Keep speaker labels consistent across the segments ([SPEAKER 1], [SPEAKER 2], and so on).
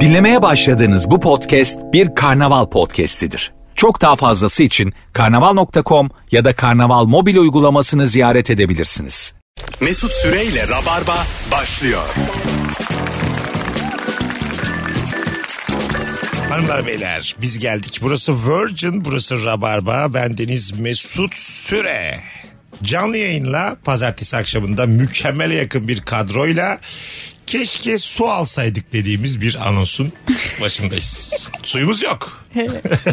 [SPEAKER 1] Dinlemeye başladığınız bu podcast bir karnaval podcastidir. Çok daha fazlası için karnaval.com ya da karnaval mobil uygulamasını ziyaret edebilirsiniz.
[SPEAKER 2] Mesut Süreyle Rabarba başlıyor.
[SPEAKER 3] Hanımlar beyler biz geldik. Burası Virgin, burası Rabarba. Ben Deniz Mesut Süre. Canlı yayınla pazartesi akşamında mükemmele yakın bir kadroyla keşke su alsaydık dediğimiz bir anonsun başındayız. Suyumuz yok.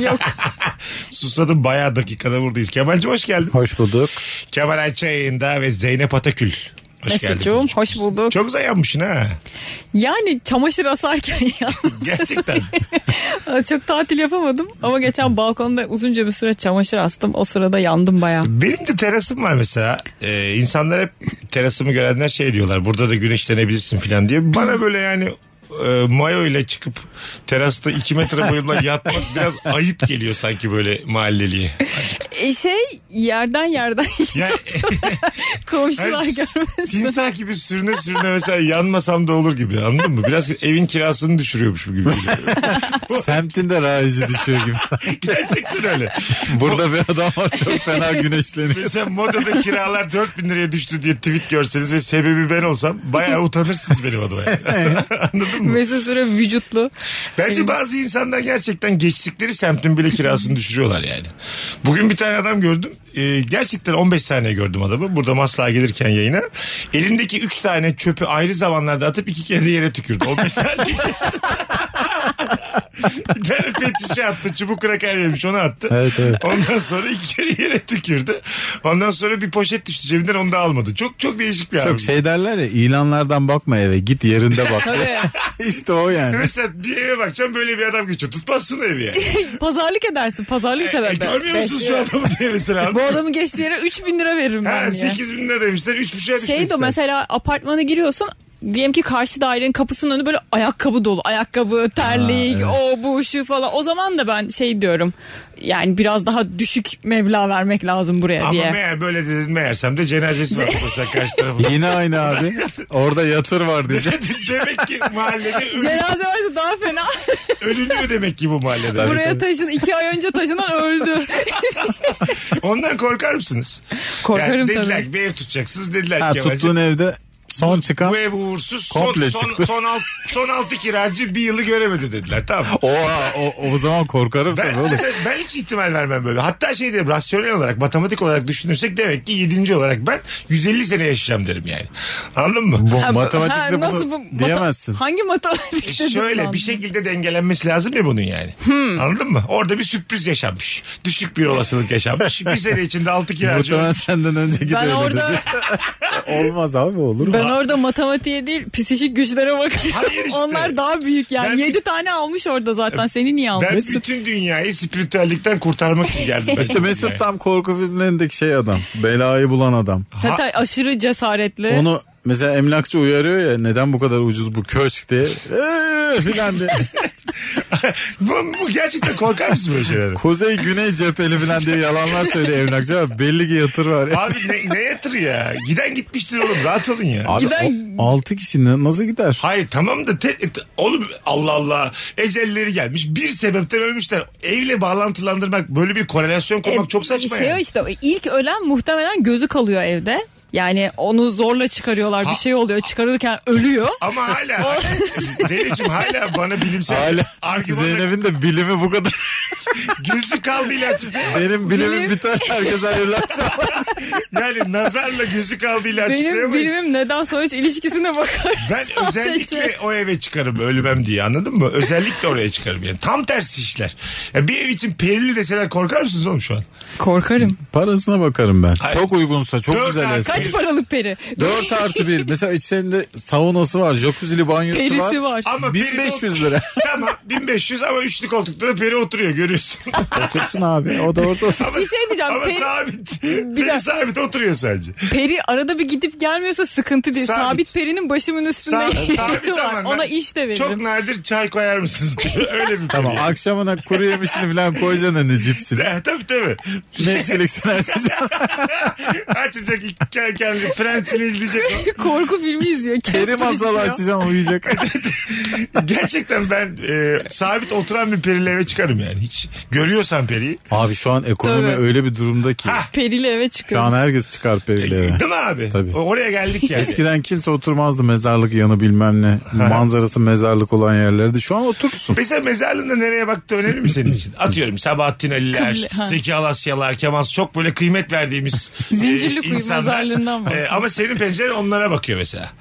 [SPEAKER 4] Yok.
[SPEAKER 3] Susadım bayağı dakikada buradayız. Kemal'cim hoş geldin.
[SPEAKER 5] Hoş bulduk.
[SPEAKER 3] Kemal Ayça yayında ve Zeynep Atakül. Hoş
[SPEAKER 4] Mesut'cuğum,
[SPEAKER 3] geldin.
[SPEAKER 4] hoş bulduk.
[SPEAKER 3] Çok zayanmışsın ha.
[SPEAKER 4] Yani çamaşır asarken yalnız
[SPEAKER 3] Gerçekten.
[SPEAKER 4] çok tatil yapamadım. Ama geçen balkonda uzunca bir süre çamaşır astım. O sırada yandım baya.
[SPEAKER 3] Benim de terasım var mesela. Ee, insanlar hep terasımı görenler şey diyorlar. Burada da güneşlenebilirsin falan diye. Bana böyle yani e, mayo ile çıkıp terasta 2 metre boyundan yatmak biraz ayıp geliyor sanki böyle mahalleliye.
[SPEAKER 4] E şey yerden yerden
[SPEAKER 3] Yani,
[SPEAKER 4] komşular
[SPEAKER 3] her-
[SPEAKER 4] görmesin.
[SPEAKER 3] timsah gibi sürüne sürüne mesela yanmasam da olur gibi anladın mı? Biraz evin kirasını düşürüyormuş gibi geliyor.
[SPEAKER 5] Semtinde rayici düşüyor gibi.
[SPEAKER 3] Gerçekten öyle.
[SPEAKER 5] Burada bir adam var çok fena güneşleniyor.
[SPEAKER 3] Mesela modada kiralar 4000 liraya düştü diye tweet görseniz ve sebebi ben olsam bayağı utanırsınız benim adıma. yani. Anladın mı?
[SPEAKER 4] Mesut Süre vücutlu.
[SPEAKER 3] Bence bazı insanlar gerçekten geçtikleri semtin bile kirasını düşürüyorlar yani. Bugün bir tane adam gördüm. Ee, gerçekten 15 saniye gördüm adamı. Burada maslağa gelirken yayına. Elindeki 3 tane çöpü ayrı zamanlarda atıp iki kere de yere tükürdü. 15 saniye. bir tane fetişe attı. Çubuk kraker yemiş onu attı.
[SPEAKER 5] Evet, evet.
[SPEAKER 3] Ondan sonra iki kere yere tükürdü. Ondan sonra bir poşet düştü cebinden onu da almadı. Çok çok değişik bir adam.
[SPEAKER 5] Çok şey derler ya ilanlardan bakma eve git yerinde bak.
[SPEAKER 4] Tabii.
[SPEAKER 5] işte o yani.
[SPEAKER 3] Mesela bir eve bakacağım böyle bir adam geçiyor. Tutmazsın o evi yani.
[SPEAKER 4] Pazarlık edersin. Pazarlık
[SPEAKER 3] E,
[SPEAKER 4] sebebi.
[SPEAKER 3] Görmüyor musunuz şu adamı diye mesela.
[SPEAKER 4] Bu adamın geçtiği yere 3000 lira veririm ben
[SPEAKER 3] Ha, şey,
[SPEAKER 4] ya.
[SPEAKER 3] 8 bin lira demişler 3 buçuğa düşmek
[SPEAKER 4] şey de
[SPEAKER 3] ister.
[SPEAKER 4] mesela apartmana giriyorsun diyelim ki karşı dairenin kapısının önü böyle ayakkabı dolu. Ayakkabı, terlik, o bu şu falan. O zaman da ben şey diyorum. Yani biraz daha düşük meblağ vermek lazım buraya
[SPEAKER 3] Ama
[SPEAKER 4] diye.
[SPEAKER 3] meğer böyle dedin meğersem de cenazesi var mesela karşı tarafında.
[SPEAKER 5] Yine aynı abi. Orada yatır var diyecek.
[SPEAKER 3] demek ki mahallede ölü,
[SPEAKER 4] Cenaze varsa daha fena.
[SPEAKER 3] ölünüyor demek ki bu mahallede.
[SPEAKER 4] buraya taşın. iki ay önce taşınan öldü.
[SPEAKER 3] Ondan korkar mısınız?
[SPEAKER 4] Korkarım
[SPEAKER 3] dediler
[SPEAKER 4] tabii.
[SPEAKER 3] ki bir ev tutacaksınız dediler
[SPEAKER 5] Ha,
[SPEAKER 3] ki Kemal'cim,
[SPEAKER 5] tuttuğun evde son çıkan.
[SPEAKER 3] Bu ev uğursuz son,
[SPEAKER 5] Komple
[SPEAKER 3] son,
[SPEAKER 5] çıktı.
[SPEAKER 3] son, alt, son altı kiracı bir yılı göremedi dediler tamam mı?
[SPEAKER 5] Oha o, o zaman korkarım tabii
[SPEAKER 3] Ben,
[SPEAKER 5] oğlum.
[SPEAKER 3] mesela ben hiç ihtimal vermem böyle. Hatta şey derim rasyonel olarak matematik olarak düşünürsek demek ki 7. olarak ben 150 sene yaşayacağım derim yani. Anladın mı?
[SPEAKER 5] Bu
[SPEAKER 4] Ha, bu- ha,
[SPEAKER 5] matematikte bunu
[SPEAKER 4] nasıl bu- mata-
[SPEAKER 5] diyemezsin.
[SPEAKER 4] hangi matematik?
[SPEAKER 3] E Şöyle bir şekilde dengelenmesi lazım ya bunun yani. Anladın mı? Orada bir sürpriz yaşanmış. Düşük bir olasılık yaşanmış. bir sene içinde altı kiracı
[SPEAKER 5] Muhtemelen
[SPEAKER 3] ölmüş.
[SPEAKER 5] senden önce gidiyor.
[SPEAKER 4] Ben
[SPEAKER 5] öyle
[SPEAKER 4] orada
[SPEAKER 5] dedi. Olmaz abi olur mu?
[SPEAKER 4] ben orada matematiğe değil psişik güçlere bakarım.
[SPEAKER 3] Hayır işte.
[SPEAKER 4] Onlar daha büyük
[SPEAKER 3] Ben-
[SPEAKER 4] yani. 7 tane almış orada zaten. Seni niye almış?
[SPEAKER 3] Ben bütün dünyayı spiritüellikten kurtarmak için geldim. ben
[SPEAKER 5] İşte
[SPEAKER 3] bu
[SPEAKER 5] Mesut
[SPEAKER 3] dünyaya.
[SPEAKER 5] tam korku filmlerindeki şey adam. Belayı bulan adam.
[SPEAKER 4] Zaten aşırı cesaretli.
[SPEAKER 5] Onu mesela emlakçı uyarıyor ya neden bu kadar ucuz bu köşk diye. Eee filan diye.
[SPEAKER 3] bu, bu gerçekten korkar mısın böyle şeylere?
[SPEAKER 5] Kuzey güney cepheli filan diye yalanlar söylüyor emlakçı ama belli ki yatır var. Ya.
[SPEAKER 3] Abi ne, ne yatır ya? Giden gitmiştir oğlum rahat olun ya.
[SPEAKER 5] Abi,
[SPEAKER 4] Giden-
[SPEAKER 5] 6 kişi ne- nasıl gider?
[SPEAKER 3] Hayır tamam da te, te- oğlum Allah Allah ecelleri gelmiş bir sebepten ölmüşler. Evle bağlantılandırmak böyle bir korelasyon kurmak
[SPEAKER 4] E,
[SPEAKER 3] çok saçma
[SPEAKER 4] şey
[SPEAKER 3] yani.
[SPEAKER 4] o işte ilk ölen muhtemelen gözü kalıyor evde. Yani onu zorla çıkarıyorlar
[SPEAKER 3] Ha-
[SPEAKER 4] bir şey oluyor çıkarırken ölüyor.
[SPEAKER 3] Ama hala Zeynep'ciğim hala bana bilimsel
[SPEAKER 5] Hala
[SPEAKER 3] argümanla
[SPEAKER 5] Zeynep'in de bilimi bu kadar.
[SPEAKER 3] gözü kaldı ilaçı.
[SPEAKER 5] Benim bilimim
[SPEAKER 4] Bilim.
[SPEAKER 5] biter herkes hayırlı akşam.
[SPEAKER 3] Yani nazarla gözü kaldı ilaçı.
[SPEAKER 4] Benim bilimim neden sonuç ilişkisine bakar.
[SPEAKER 3] ben
[SPEAKER 4] sadece.
[SPEAKER 3] özellikle o eve çıkarım ölmem diye anladın mı? Özellikle oraya çıkarım yani. Tam tersi işler. Ya bir ev için perili deseler korkar mısınız oğlum şu an?
[SPEAKER 4] Korkarım.
[SPEAKER 5] Parasına bakarım ben. Çok uygunsa çok
[SPEAKER 3] Dört
[SPEAKER 5] güzel
[SPEAKER 3] artı-
[SPEAKER 5] eser.
[SPEAKER 4] Kaç paralık peri?
[SPEAKER 5] 4 artı 1. Mesela içinde saunası var, jacuzzi'li banyosu
[SPEAKER 4] Perisi var.
[SPEAKER 3] Ama peri de-
[SPEAKER 5] 1500 lira.
[SPEAKER 3] tamam 1500 ama üçlü koltukta da peri oturuyor görüyorsun.
[SPEAKER 5] Otursun abi. O da orada otursun.
[SPEAKER 3] Ama,
[SPEAKER 4] Bir şey diyeceğim,
[SPEAKER 3] Ama
[SPEAKER 4] peri-
[SPEAKER 3] sabit.
[SPEAKER 4] dakika.
[SPEAKER 3] Peri sabit oturuyor sadece.
[SPEAKER 4] Peri arada bir gidip gelmiyorsa sıkıntı değil.
[SPEAKER 3] Sabit.
[SPEAKER 4] Sabit, perinin başımın üstünde
[SPEAKER 3] Sa-
[SPEAKER 4] yeri
[SPEAKER 3] sabit
[SPEAKER 4] var.
[SPEAKER 3] ama
[SPEAKER 4] Ona
[SPEAKER 3] ben-
[SPEAKER 4] iş de veririm.
[SPEAKER 3] Çok nadir çay koyar mısınız? Öyle bir peri.
[SPEAKER 5] Tamam akşamına kuru yemişini falan koyacaksın önüne cipsini.
[SPEAKER 3] Eh, tabii tabii.
[SPEAKER 5] Netflix'ini açacaksın.
[SPEAKER 3] Açacak iki, kendi Friends'ini izleyecek o.
[SPEAKER 4] Korku filmi izliyor.
[SPEAKER 5] Peri
[SPEAKER 4] Casper
[SPEAKER 5] masalı
[SPEAKER 4] izliyor.
[SPEAKER 5] açacaksın uyuyacak.
[SPEAKER 3] Gerçekten ben e, sabit oturan bir periyle eve çıkarım yani. Hiç görüyorsan periyi.
[SPEAKER 5] Abi şu an ekonomi
[SPEAKER 4] Tabii. Ah.
[SPEAKER 5] öyle bir durumda ki.
[SPEAKER 4] Perili eve
[SPEAKER 5] Şu an
[SPEAKER 4] çıkıyoruz.
[SPEAKER 5] herkes çıkar periyle.
[SPEAKER 3] Değil mi abi?
[SPEAKER 5] Tabii.
[SPEAKER 3] O- Oraya geldik yani.
[SPEAKER 5] Eskiden kimse oturmazdı mezarlık yanı bilmem ne. Manzarası mezarlık olan yerlerde. Şu an oturursun.
[SPEAKER 3] Mesela mezarlığında nereye baktığı önemli mi senin için? Atıyorum Sabahattin Ali'ler,
[SPEAKER 4] Kıble- ha.
[SPEAKER 3] Zeki Alasyalar, Kemal çok böyle kıymet verdiğimiz
[SPEAKER 4] Zincirli
[SPEAKER 3] e,
[SPEAKER 4] kuyu
[SPEAKER 3] insanlar.
[SPEAKER 4] mezarlığından bahsediyor.
[SPEAKER 3] E, ama senin penceren onlara bakıyor mesela.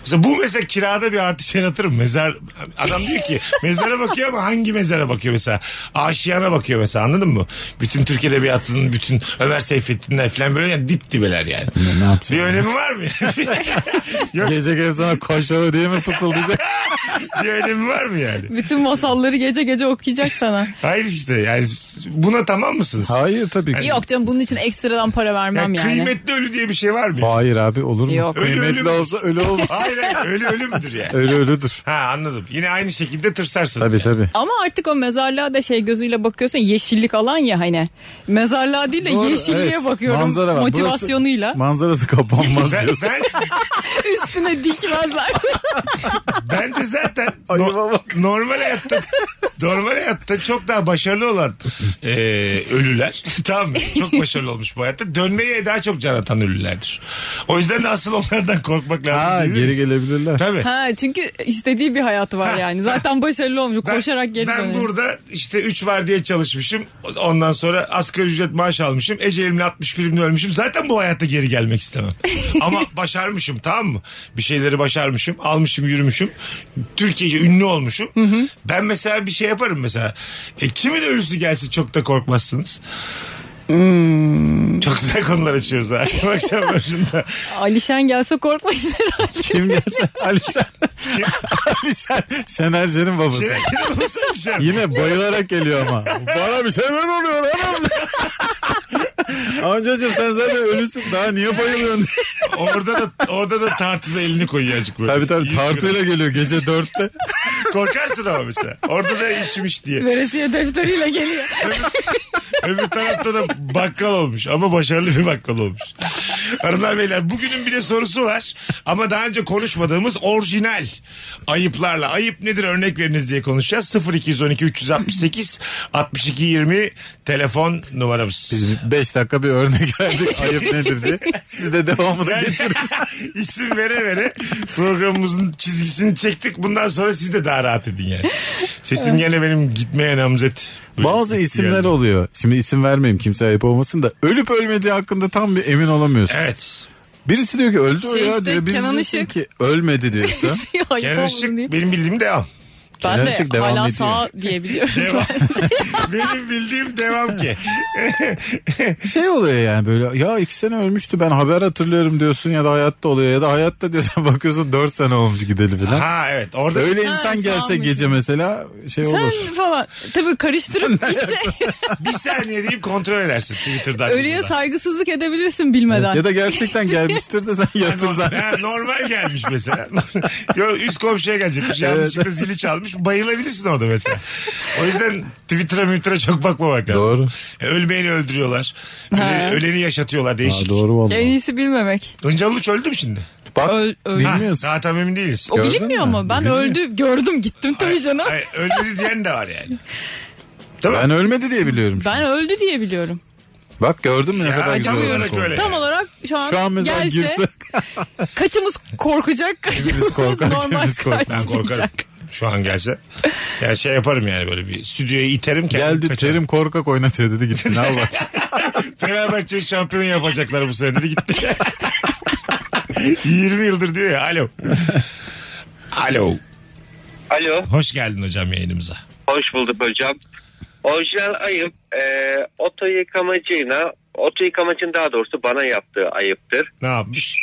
[SPEAKER 3] Mesela bu mesela kirada bir artış yaratırım. Mezar adam diyor ki mezara bakıyor ama hangi mezara bakıyor mesela? Aşiyana bakıyor mesela anladın mı? Bütün Türk Edebiyatı'nın bütün Ömer Seyfettin'ler falan böyle yani dip dibeler yani.
[SPEAKER 5] Ne
[SPEAKER 3] Bir
[SPEAKER 5] yapacaksın?
[SPEAKER 3] önemi var mı? Yok
[SPEAKER 5] Gece gel sana kaşarı diye mi fısıldayacak?
[SPEAKER 3] bir önemi var mı yani?
[SPEAKER 4] Bütün masalları gece gece okuyacak sana.
[SPEAKER 3] Hayır işte yani buna tamam mısınız?
[SPEAKER 5] Hayır tabii ki.
[SPEAKER 4] Yok canım bunun için ekstradan para vermem
[SPEAKER 3] Yani
[SPEAKER 4] yani.
[SPEAKER 3] kıymetli ölü diye bir şey var mı?
[SPEAKER 5] Hayır abi olur mu?
[SPEAKER 4] Yok.
[SPEAKER 3] Ölü
[SPEAKER 5] Kıymetli
[SPEAKER 3] ölü-
[SPEAKER 5] olsa ölü olmaz.
[SPEAKER 3] Hayır hayır ölü ölü müdür yani?
[SPEAKER 5] Öyle ölüdür.
[SPEAKER 3] Ha anladım. Yine aynı şekilde tırsarsınız.
[SPEAKER 5] Tabii
[SPEAKER 3] yani.
[SPEAKER 5] tabii.
[SPEAKER 4] Ama artık o mezarlığa da şey gözüyle bakıyorsun yeşillik alan ya hani. Mezarlığa değil de
[SPEAKER 5] Doğru,
[SPEAKER 4] yeşilliğe
[SPEAKER 5] evet.
[SPEAKER 4] bakıyorum
[SPEAKER 5] Manzara var. Burası-
[SPEAKER 4] motivasyonuyla.
[SPEAKER 5] Manzarası kapanmaz
[SPEAKER 3] Ben,
[SPEAKER 5] diyorsun.
[SPEAKER 3] ben,
[SPEAKER 4] Üstüne dikmezler.
[SPEAKER 3] bence zaten
[SPEAKER 5] Ayıba
[SPEAKER 3] no- normal hayatta normal hayatta çok daha başarılı olan e, ölüler tamam mı? Çok başarılı olmuş bu hayatta. Dönmeye daha çok can atan ölülerdir. O yüzden de asıl onlardan korkmak lazım.
[SPEAKER 5] Ha
[SPEAKER 3] değil mi?
[SPEAKER 5] geri gelebilirler.
[SPEAKER 3] Tabii.
[SPEAKER 4] ha, çünkü istediği bir hayatı var yani. Zaten başarılı olmuş. Koşarak geri
[SPEAKER 3] ben
[SPEAKER 4] dönüyor.
[SPEAKER 3] burada işte 3 var diye çalışmışım. Ondan sonra asgari ücret maaş almışım. Ecelimle 60 primle ölmüşüm. Zaten bu hayata geri gelmek istemem. Ama başarmışım tamam mı? Bir şeyleri başarmışım. Almışım yürümüşüm. Türkiye'ce ünlü olmuşum. Ben mesela bir şey yaparım mesela. E, kimin ölüsü gelsin çok da korkmazsınız.
[SPEAKER 4] Hmm.
[SPEAKER 3] Çok güzel konular açıyoruz ha. Akşam akşam başında.
[SPEAKER 4] Alişen gelse korkmayız herhalde.
[SPEAKER 5] Kim gelse Alişan. Alişan. Şener Şen'in babası.
[SPEAKER 3] Şeref Şeref olsa bir şey.
[SPEAKER 5] Yine bayılarak geliyor ama. Bana bir şeyler oluyor anam. Amcacığım sen zaten ölüsün daha niye bayılıyorsun?
[SPEAKER 3] Orada da orada da tartıda elini koyuyor azıcık böyle.
[SPEAKER 5] tabii tabii
[SPEAKER 3] İyi
[SPEAKER 5] tartıyla geliyor gece dörtte.
[SPEAKER 3] Korkarsın ama mesela. Orada da işmiş diye.
[SPEAKER 4] Veresiye defteriyle geliyor.
[SPEAKER 3] Öbür tarafta da bakkal olmuş ama başarılı bir bakkal olmuş. Hanımlar beyler bugünün bir de sorusu var. Ama daha önce konuşmadığımız orijinal ayıplarla. Ayıp nedir örnek veriniz diye konuşacağız. 0212 368 62 20 telefon numaramız.
[SPEAKER 5] Biz 5 dakika bir örnek verdik ayıp nedir diye. Siz de devamını getirin.
[SPEAKER 3] İsim vere vere programımızın çizgisini çektik. Bundan sonra siz de daha rahat edin yani. Sesim gene benim gitmeye namzet.
[SPEAKER 5] Bazı isimler
[SPEAKER 3] Geldi.
[SPEAKER 5] oluyor. Şimdi isim vermeyeyim kimse ayıp olmasın da ölüp ölmediği hakkında tam bir emin olamıyorsun.
[SPEAKER 3] Evet.
[SPEAKER 5] Birisi diyor ki öldü o
[SPEAKER 4] Şey
[SPEAKER 5] ya
[SPEAKER 4] işte,
[SPEAKER 5] diyor. Birisi
[SPEAKER 4] Kenan
[SPEAKER 5] diyor
[SPEAKER 4] Işık.
[SPEAKER 5] ki ölmedi diyorsa.
[SPEAKER 4] Ayıp
[SPEAKER 3] Kenan
[SPEAKER 4] olmasın
[SPEAKER 3] Işık
[SPEAKER 4] diye.
[SPEAKER 3] benim bildiğim devam.
[SPEAKER 4] Ben
[SPEAKER 5] Kenan
[SPEAKER 4] de
[SPEAKER 5] Işık devam
[SPEAKER 4] hala
[SPEAKER 5] ediyor.
[SPEAKER 4] sağ diyebiliyorum.
[SPEAKER 3] Devam. Benim bildiğim devam ki.
[SPEAKER 5] şey oluyor yani böyle ya iki sene ölmüştü ben haber hatırlıyorum diyorsun ya da hayatta oluyor ya da hayatta diyorsun bakıyorsun dört sene olmuş gideli falan.
[SPEAKER 3] Ha evet orada
[SPEAKER 5] Öyle
[SPEAKER 4] Ha,
[SPEAKER 5] insan gelse
[SPEAKER 4] sağmış.
[SPEAKER 5] gece mesela şey
[SPEAKER 4] Sen
[SPEAKER 5] olur.
[SPEAKER 4] falan tabii karıştırıp hiç
[SPEAKER 3] bir saniye deyip kontrol edersin Twitter'dan.
[SPEAKER 4] ölüye
[SPEAKER 3] Google'dan.
[SPEAKER 4] saygısızlık edebilirsin bilmeden.
[SPEAKER 5] Ya da gerçekten gelmiştir de sen yatır
[SPEAKER 3] Ha,
[SPEAKER 5] zannedersin.
[SPEAKER 3] normal gelmiş mesela. Yo, üst komşuya gelecekmiş. Yanlışlıkla zili çalmış. Bayılabilirsin orada mesela. O yüzden Twitter'a Twitter'a çok bakmamak lazım.
[SPEAKER 5] Doğru.
[SPEAKER 3] E, ölmeyeni öldürüyorlar. Öle-
[SPEAKER 4] Ha.
[SPEAKER 3] öleni yaşatıyorlar
[SPEAKER 5] Ha,
[SPEAKER 3] değişik.
[SPEAKER 5] doğru valla.
[SPEAKER 4] En iyisi bilmemek.
[SPEAKER 3] Öncal Uluç öldü mü şimdi?
[SPEAKER 5] Bak
[SPEAKER 4] Öl- öl-
[SPEAKER 3] Ha,
[SPEAKER 5] bilmiyorsun.
[SPEAKER 3] daha tam emin değiliz.
[SPEAKER 4] O
[SPEAKER 5] Gördün
[SPEAKER 4] bilinmiyor
[SPEAKER 5] mü?
[SPEAKER 4] mu? Ben
[SPEAKER 5] Biliniyor.
[SPEAKER 4] öldü gördüm gittim tabii canım.
[SPEAKER 3] Ay, ölmedi diyen de var yani. Değil mi?
[SPEAKER 5] Ben ölmedi diye biliyorum.
[SPEAKER 4] Ben öldü diye biliyorum.
[SPEAKER 5] Bak gördün mü ne
[SPEAKER 3] Ya,
[SPEAKER 5] kadar güzel
[SPEAKER 3] tam
[SPEAKER 5] olmuş
[SPEAKER 3] olarak
[SPEAKER 5] oldu.
[SPEAKER 3] öyle.
[SPEAKER 4] Tam olarak şu an,
[SPEAKER 5] Şu an mesela
[SPEAKER 4] gelse
[SPEAKER 5] girse
[SPEAKER 4] kaçımız korkacak kaçımız
[SPEAKER 5] korkar,
[SPEAKER 4] normal
[SPEAKER 5] hepimiz korkar.
[SPEAKER 3] Ben korkarım.
[SPEAKER 4] karşılayacak.
[SPEAKER 3] Şu an gelse. Ya şey yaparım yani böyle bir stüdyoya iterim kendim
[SPEAKER 5] geldi
[SPEAKER 3] kaçarım.
[SPEAKER 5] terim korkak oynatıyor dedi gitti ne yaparsın.
[SPEAKER 3] Fenerbahçe şampiyon yapacaklar bu sene dedi gitti. 20 yıldır diyor ya alo. Alo.
[SPEAKER 6] Alo,
[SPEAKER 3] Hoş geldin hocam yayınımıza.
[SPEAKER 6] hoş bulduk hocam. Orijinal ayıp e, oto yıkamacıyla, oto yıkamacının daha doğrusu bana yaptığı ayıptır.
[SPEAKER 3] Ne yapmış?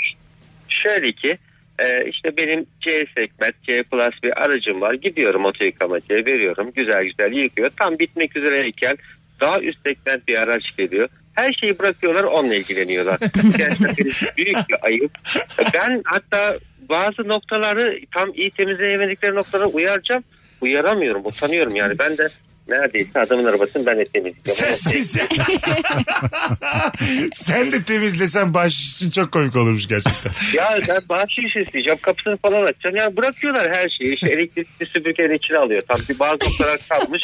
[SPEAKER 6] Şöyle ki, e, işte benim C segment, C plus bir aracım var. Gidiyorum oto yıkamacıya veriyorum, güzel güzel yıkıyor. Tam bitmek üzereyken daha üst segment bir araç geliyor. Her şeyi bırakıyorlar, onunla ilgileniyorlar. Gerçekten büyük bir ayıp. Ben hatta bazı noktaları tam iyi temizleyemedikleri noktalara uyaracağım. Uyaramıyorum, utanıyorum yani. Ben de Neredeyse adamın arabasını ben de
[SPEAKER 3] Sen,
[SPEAKER 6] temizliyorum.
[SPEAKER 3] sen, sen. Sen de temizlesen baş için çok komik olurmuş gerçekten.
[SPEAKER 6] ya ben bahşiş isteyeceğim kapısını falan açacağım. Yani bırakıyorlar her şeyi. İşte elektrikli süpürgenin içine alıyor. Tam bir bazı noktalar kalmış.